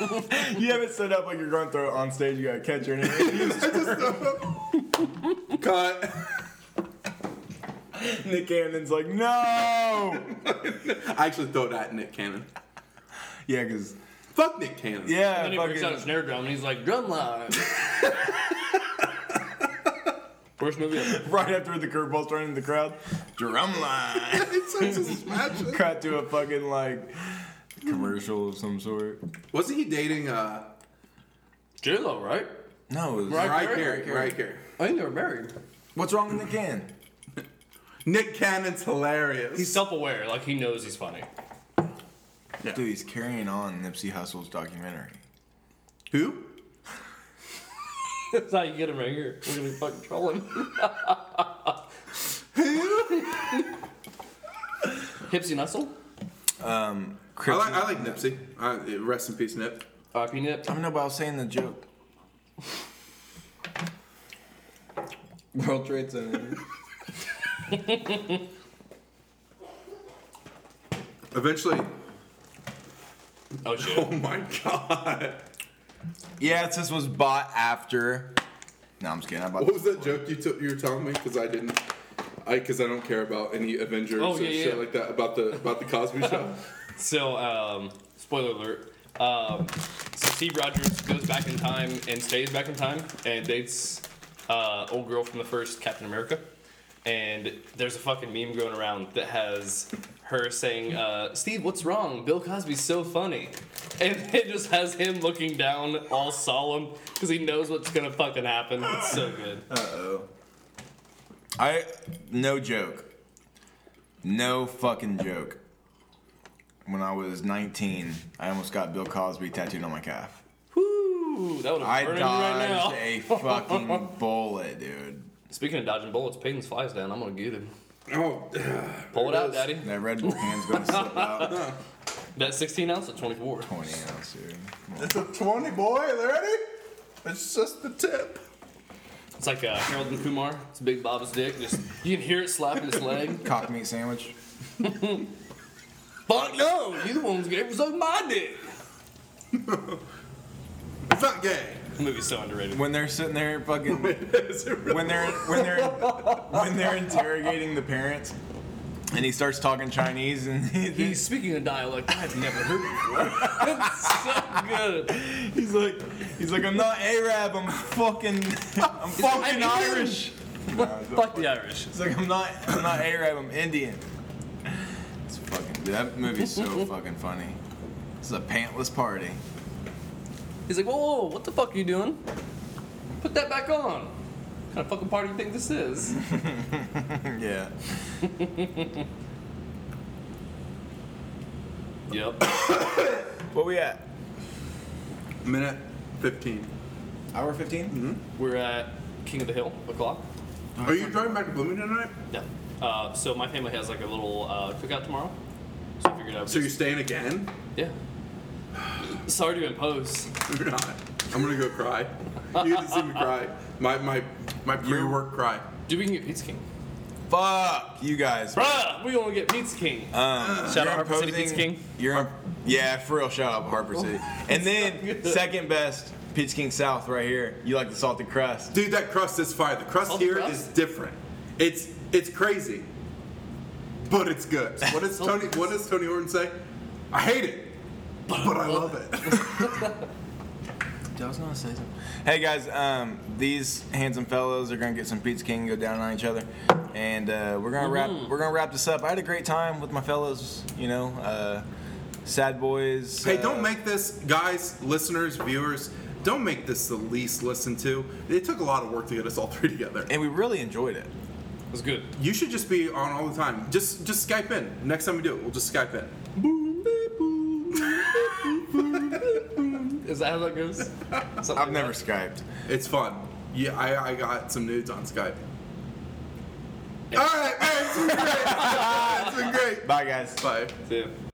you have it set up like you're going to throw it on stage. You got a catcher and everything. You just- I just Cut. Nick Cannon's like, no. I actually throw that at Nick Cannon. Yeah, because Fuck Nick Cannon. yeah, And then he fucking- brings out a snare drum and he's like, drum line. Worst movie ever. right after the curveball's thrown into the crowd, drumline. It's such a smash. Cut to a fucking like commercial of some sort. Wasn't he dating uh J-Lo, right? No, it was, Right. Mariah Carey? Carey? Mariah Carey. I think they were married. what's wrong with Nick Cannon? Nick Cannon's hilarious. He's self-aware, like he knows he's funny. Dude, he's carrying on Nipsey Hussle's documentary. who? That's how you get him right here. We're gonna fucking troll him. Hipsy Nussle? Um, I Crip- like I like Nipsey. I, rest in peace, Nip. RP Nip. I don't know, but I was saying the joke. World Trade Center. Eventually. Oh shit. Oh my god. yeah, it says was bought after. No, I'm just kidding. I bought What was that joke you took you were telling me? Because I didn't. I because I don't care about any Avengers Oh, or yeah, shit yeah. like that about the about the Cosby Show. So, um, spoiler alert. Um, so Steve Rogers goes back in time and stays back in time and dates uh, old girl from the first Captain America. And there's a fucking meme going around that has her saying, uh, "Steve, what's wrong? Bill Cosby's so funny," and it just has him looking down all solemn because he knows what's gonna fucking happen. It's so good. Uh oh. I no joke. No fucking joke. When I was 19, I almost got Bill Cosby tattooed on my calf. Woo! That would I have burned right dodged now. a fucking bullet, dude. Speaking of dodging bullets, Peyton's flies down. I'm gonna get him. oh, Pull There it it out, is. daddy. That Red Bull can's gonna slip out. That 16 ounce at 24. 20 ounce, dude. Come on. it's a twenty boy. Are they Ready? It's just the tip. It's like uh, Harold and Kumar. It's Big Bob's dick. Just you can hear it slapping his leg. Cock meat sandwich. Fuck no! You the ones gave us my dick. It's not gay. The movie's so underrated. When they're sitting there fucking Is it really? when they're when they're when they're interrogating the parents and he starts talking Chinese and he, He's speaking a dialect I've never heard before. it's so good. He's like, he's like, I'm not Arab. I'm fucking, I'm fucking Indian. Irish. Fuck the Irish. He's like, I'm not, I'm not Arab. I'm Indian. It's fucking. Dude, that movie's so fucking funny. This is a pantless party. He's like, whoa, whoa, what the fuck are you doing? Put that back on. What kind of fucking party you think this is? yeah. yep. What we at? Minute 15. Hour 15? We're at King of the Hill, the clock. Are you driving back to Bloomington tonight? Yeah. Uh, so my family has like a little uh, cookout tomorrow. So I figured I would So you're just- staying again? yeah. Sorry to impose. You're not. I'm gonna go cry. You get to see me cry. My my my pre-work cry. Dude, we can get Pizza King. Fuck you guys. Bruh, we gonna get Pizza King. Um, Shout out you're Harper City imposing- Pizza King. You're imp- yeah, for real. Shout out Harper City. And then second best Pizza King South right here. You like the salted crust? Dude, that crust is fire. The crust Salted here is crust? different. It's it's crazy. But it's good. What does Tony what does Tony Horton say? I hate it. But I love it. I was gonna say something. Hey guys, um, these handsome fellows are gonna get some Pizza King and go down on each other, and uh, we're gonna wrap. We're gonna wrap this up. I had a great time with my fellows. You know, uh, sad boys. hey, uh, don't make this, guys, listeners, viewers, don't make this the least listened to. It took a lot of work to get us all three together. And we really enjoyed it. It was good. You should just be on all the time. Just just Skype in. Next time we do it, we'll just Skype in. Boom, beep, boom, boom, beep, boom, beep, boom. Is that how that goes? Something like I've never that. skyped. It's fun. Yeah, I, I got some nudes on Skype. All right, man, it's been great. it's been great. Bye guys. Bye. Dude.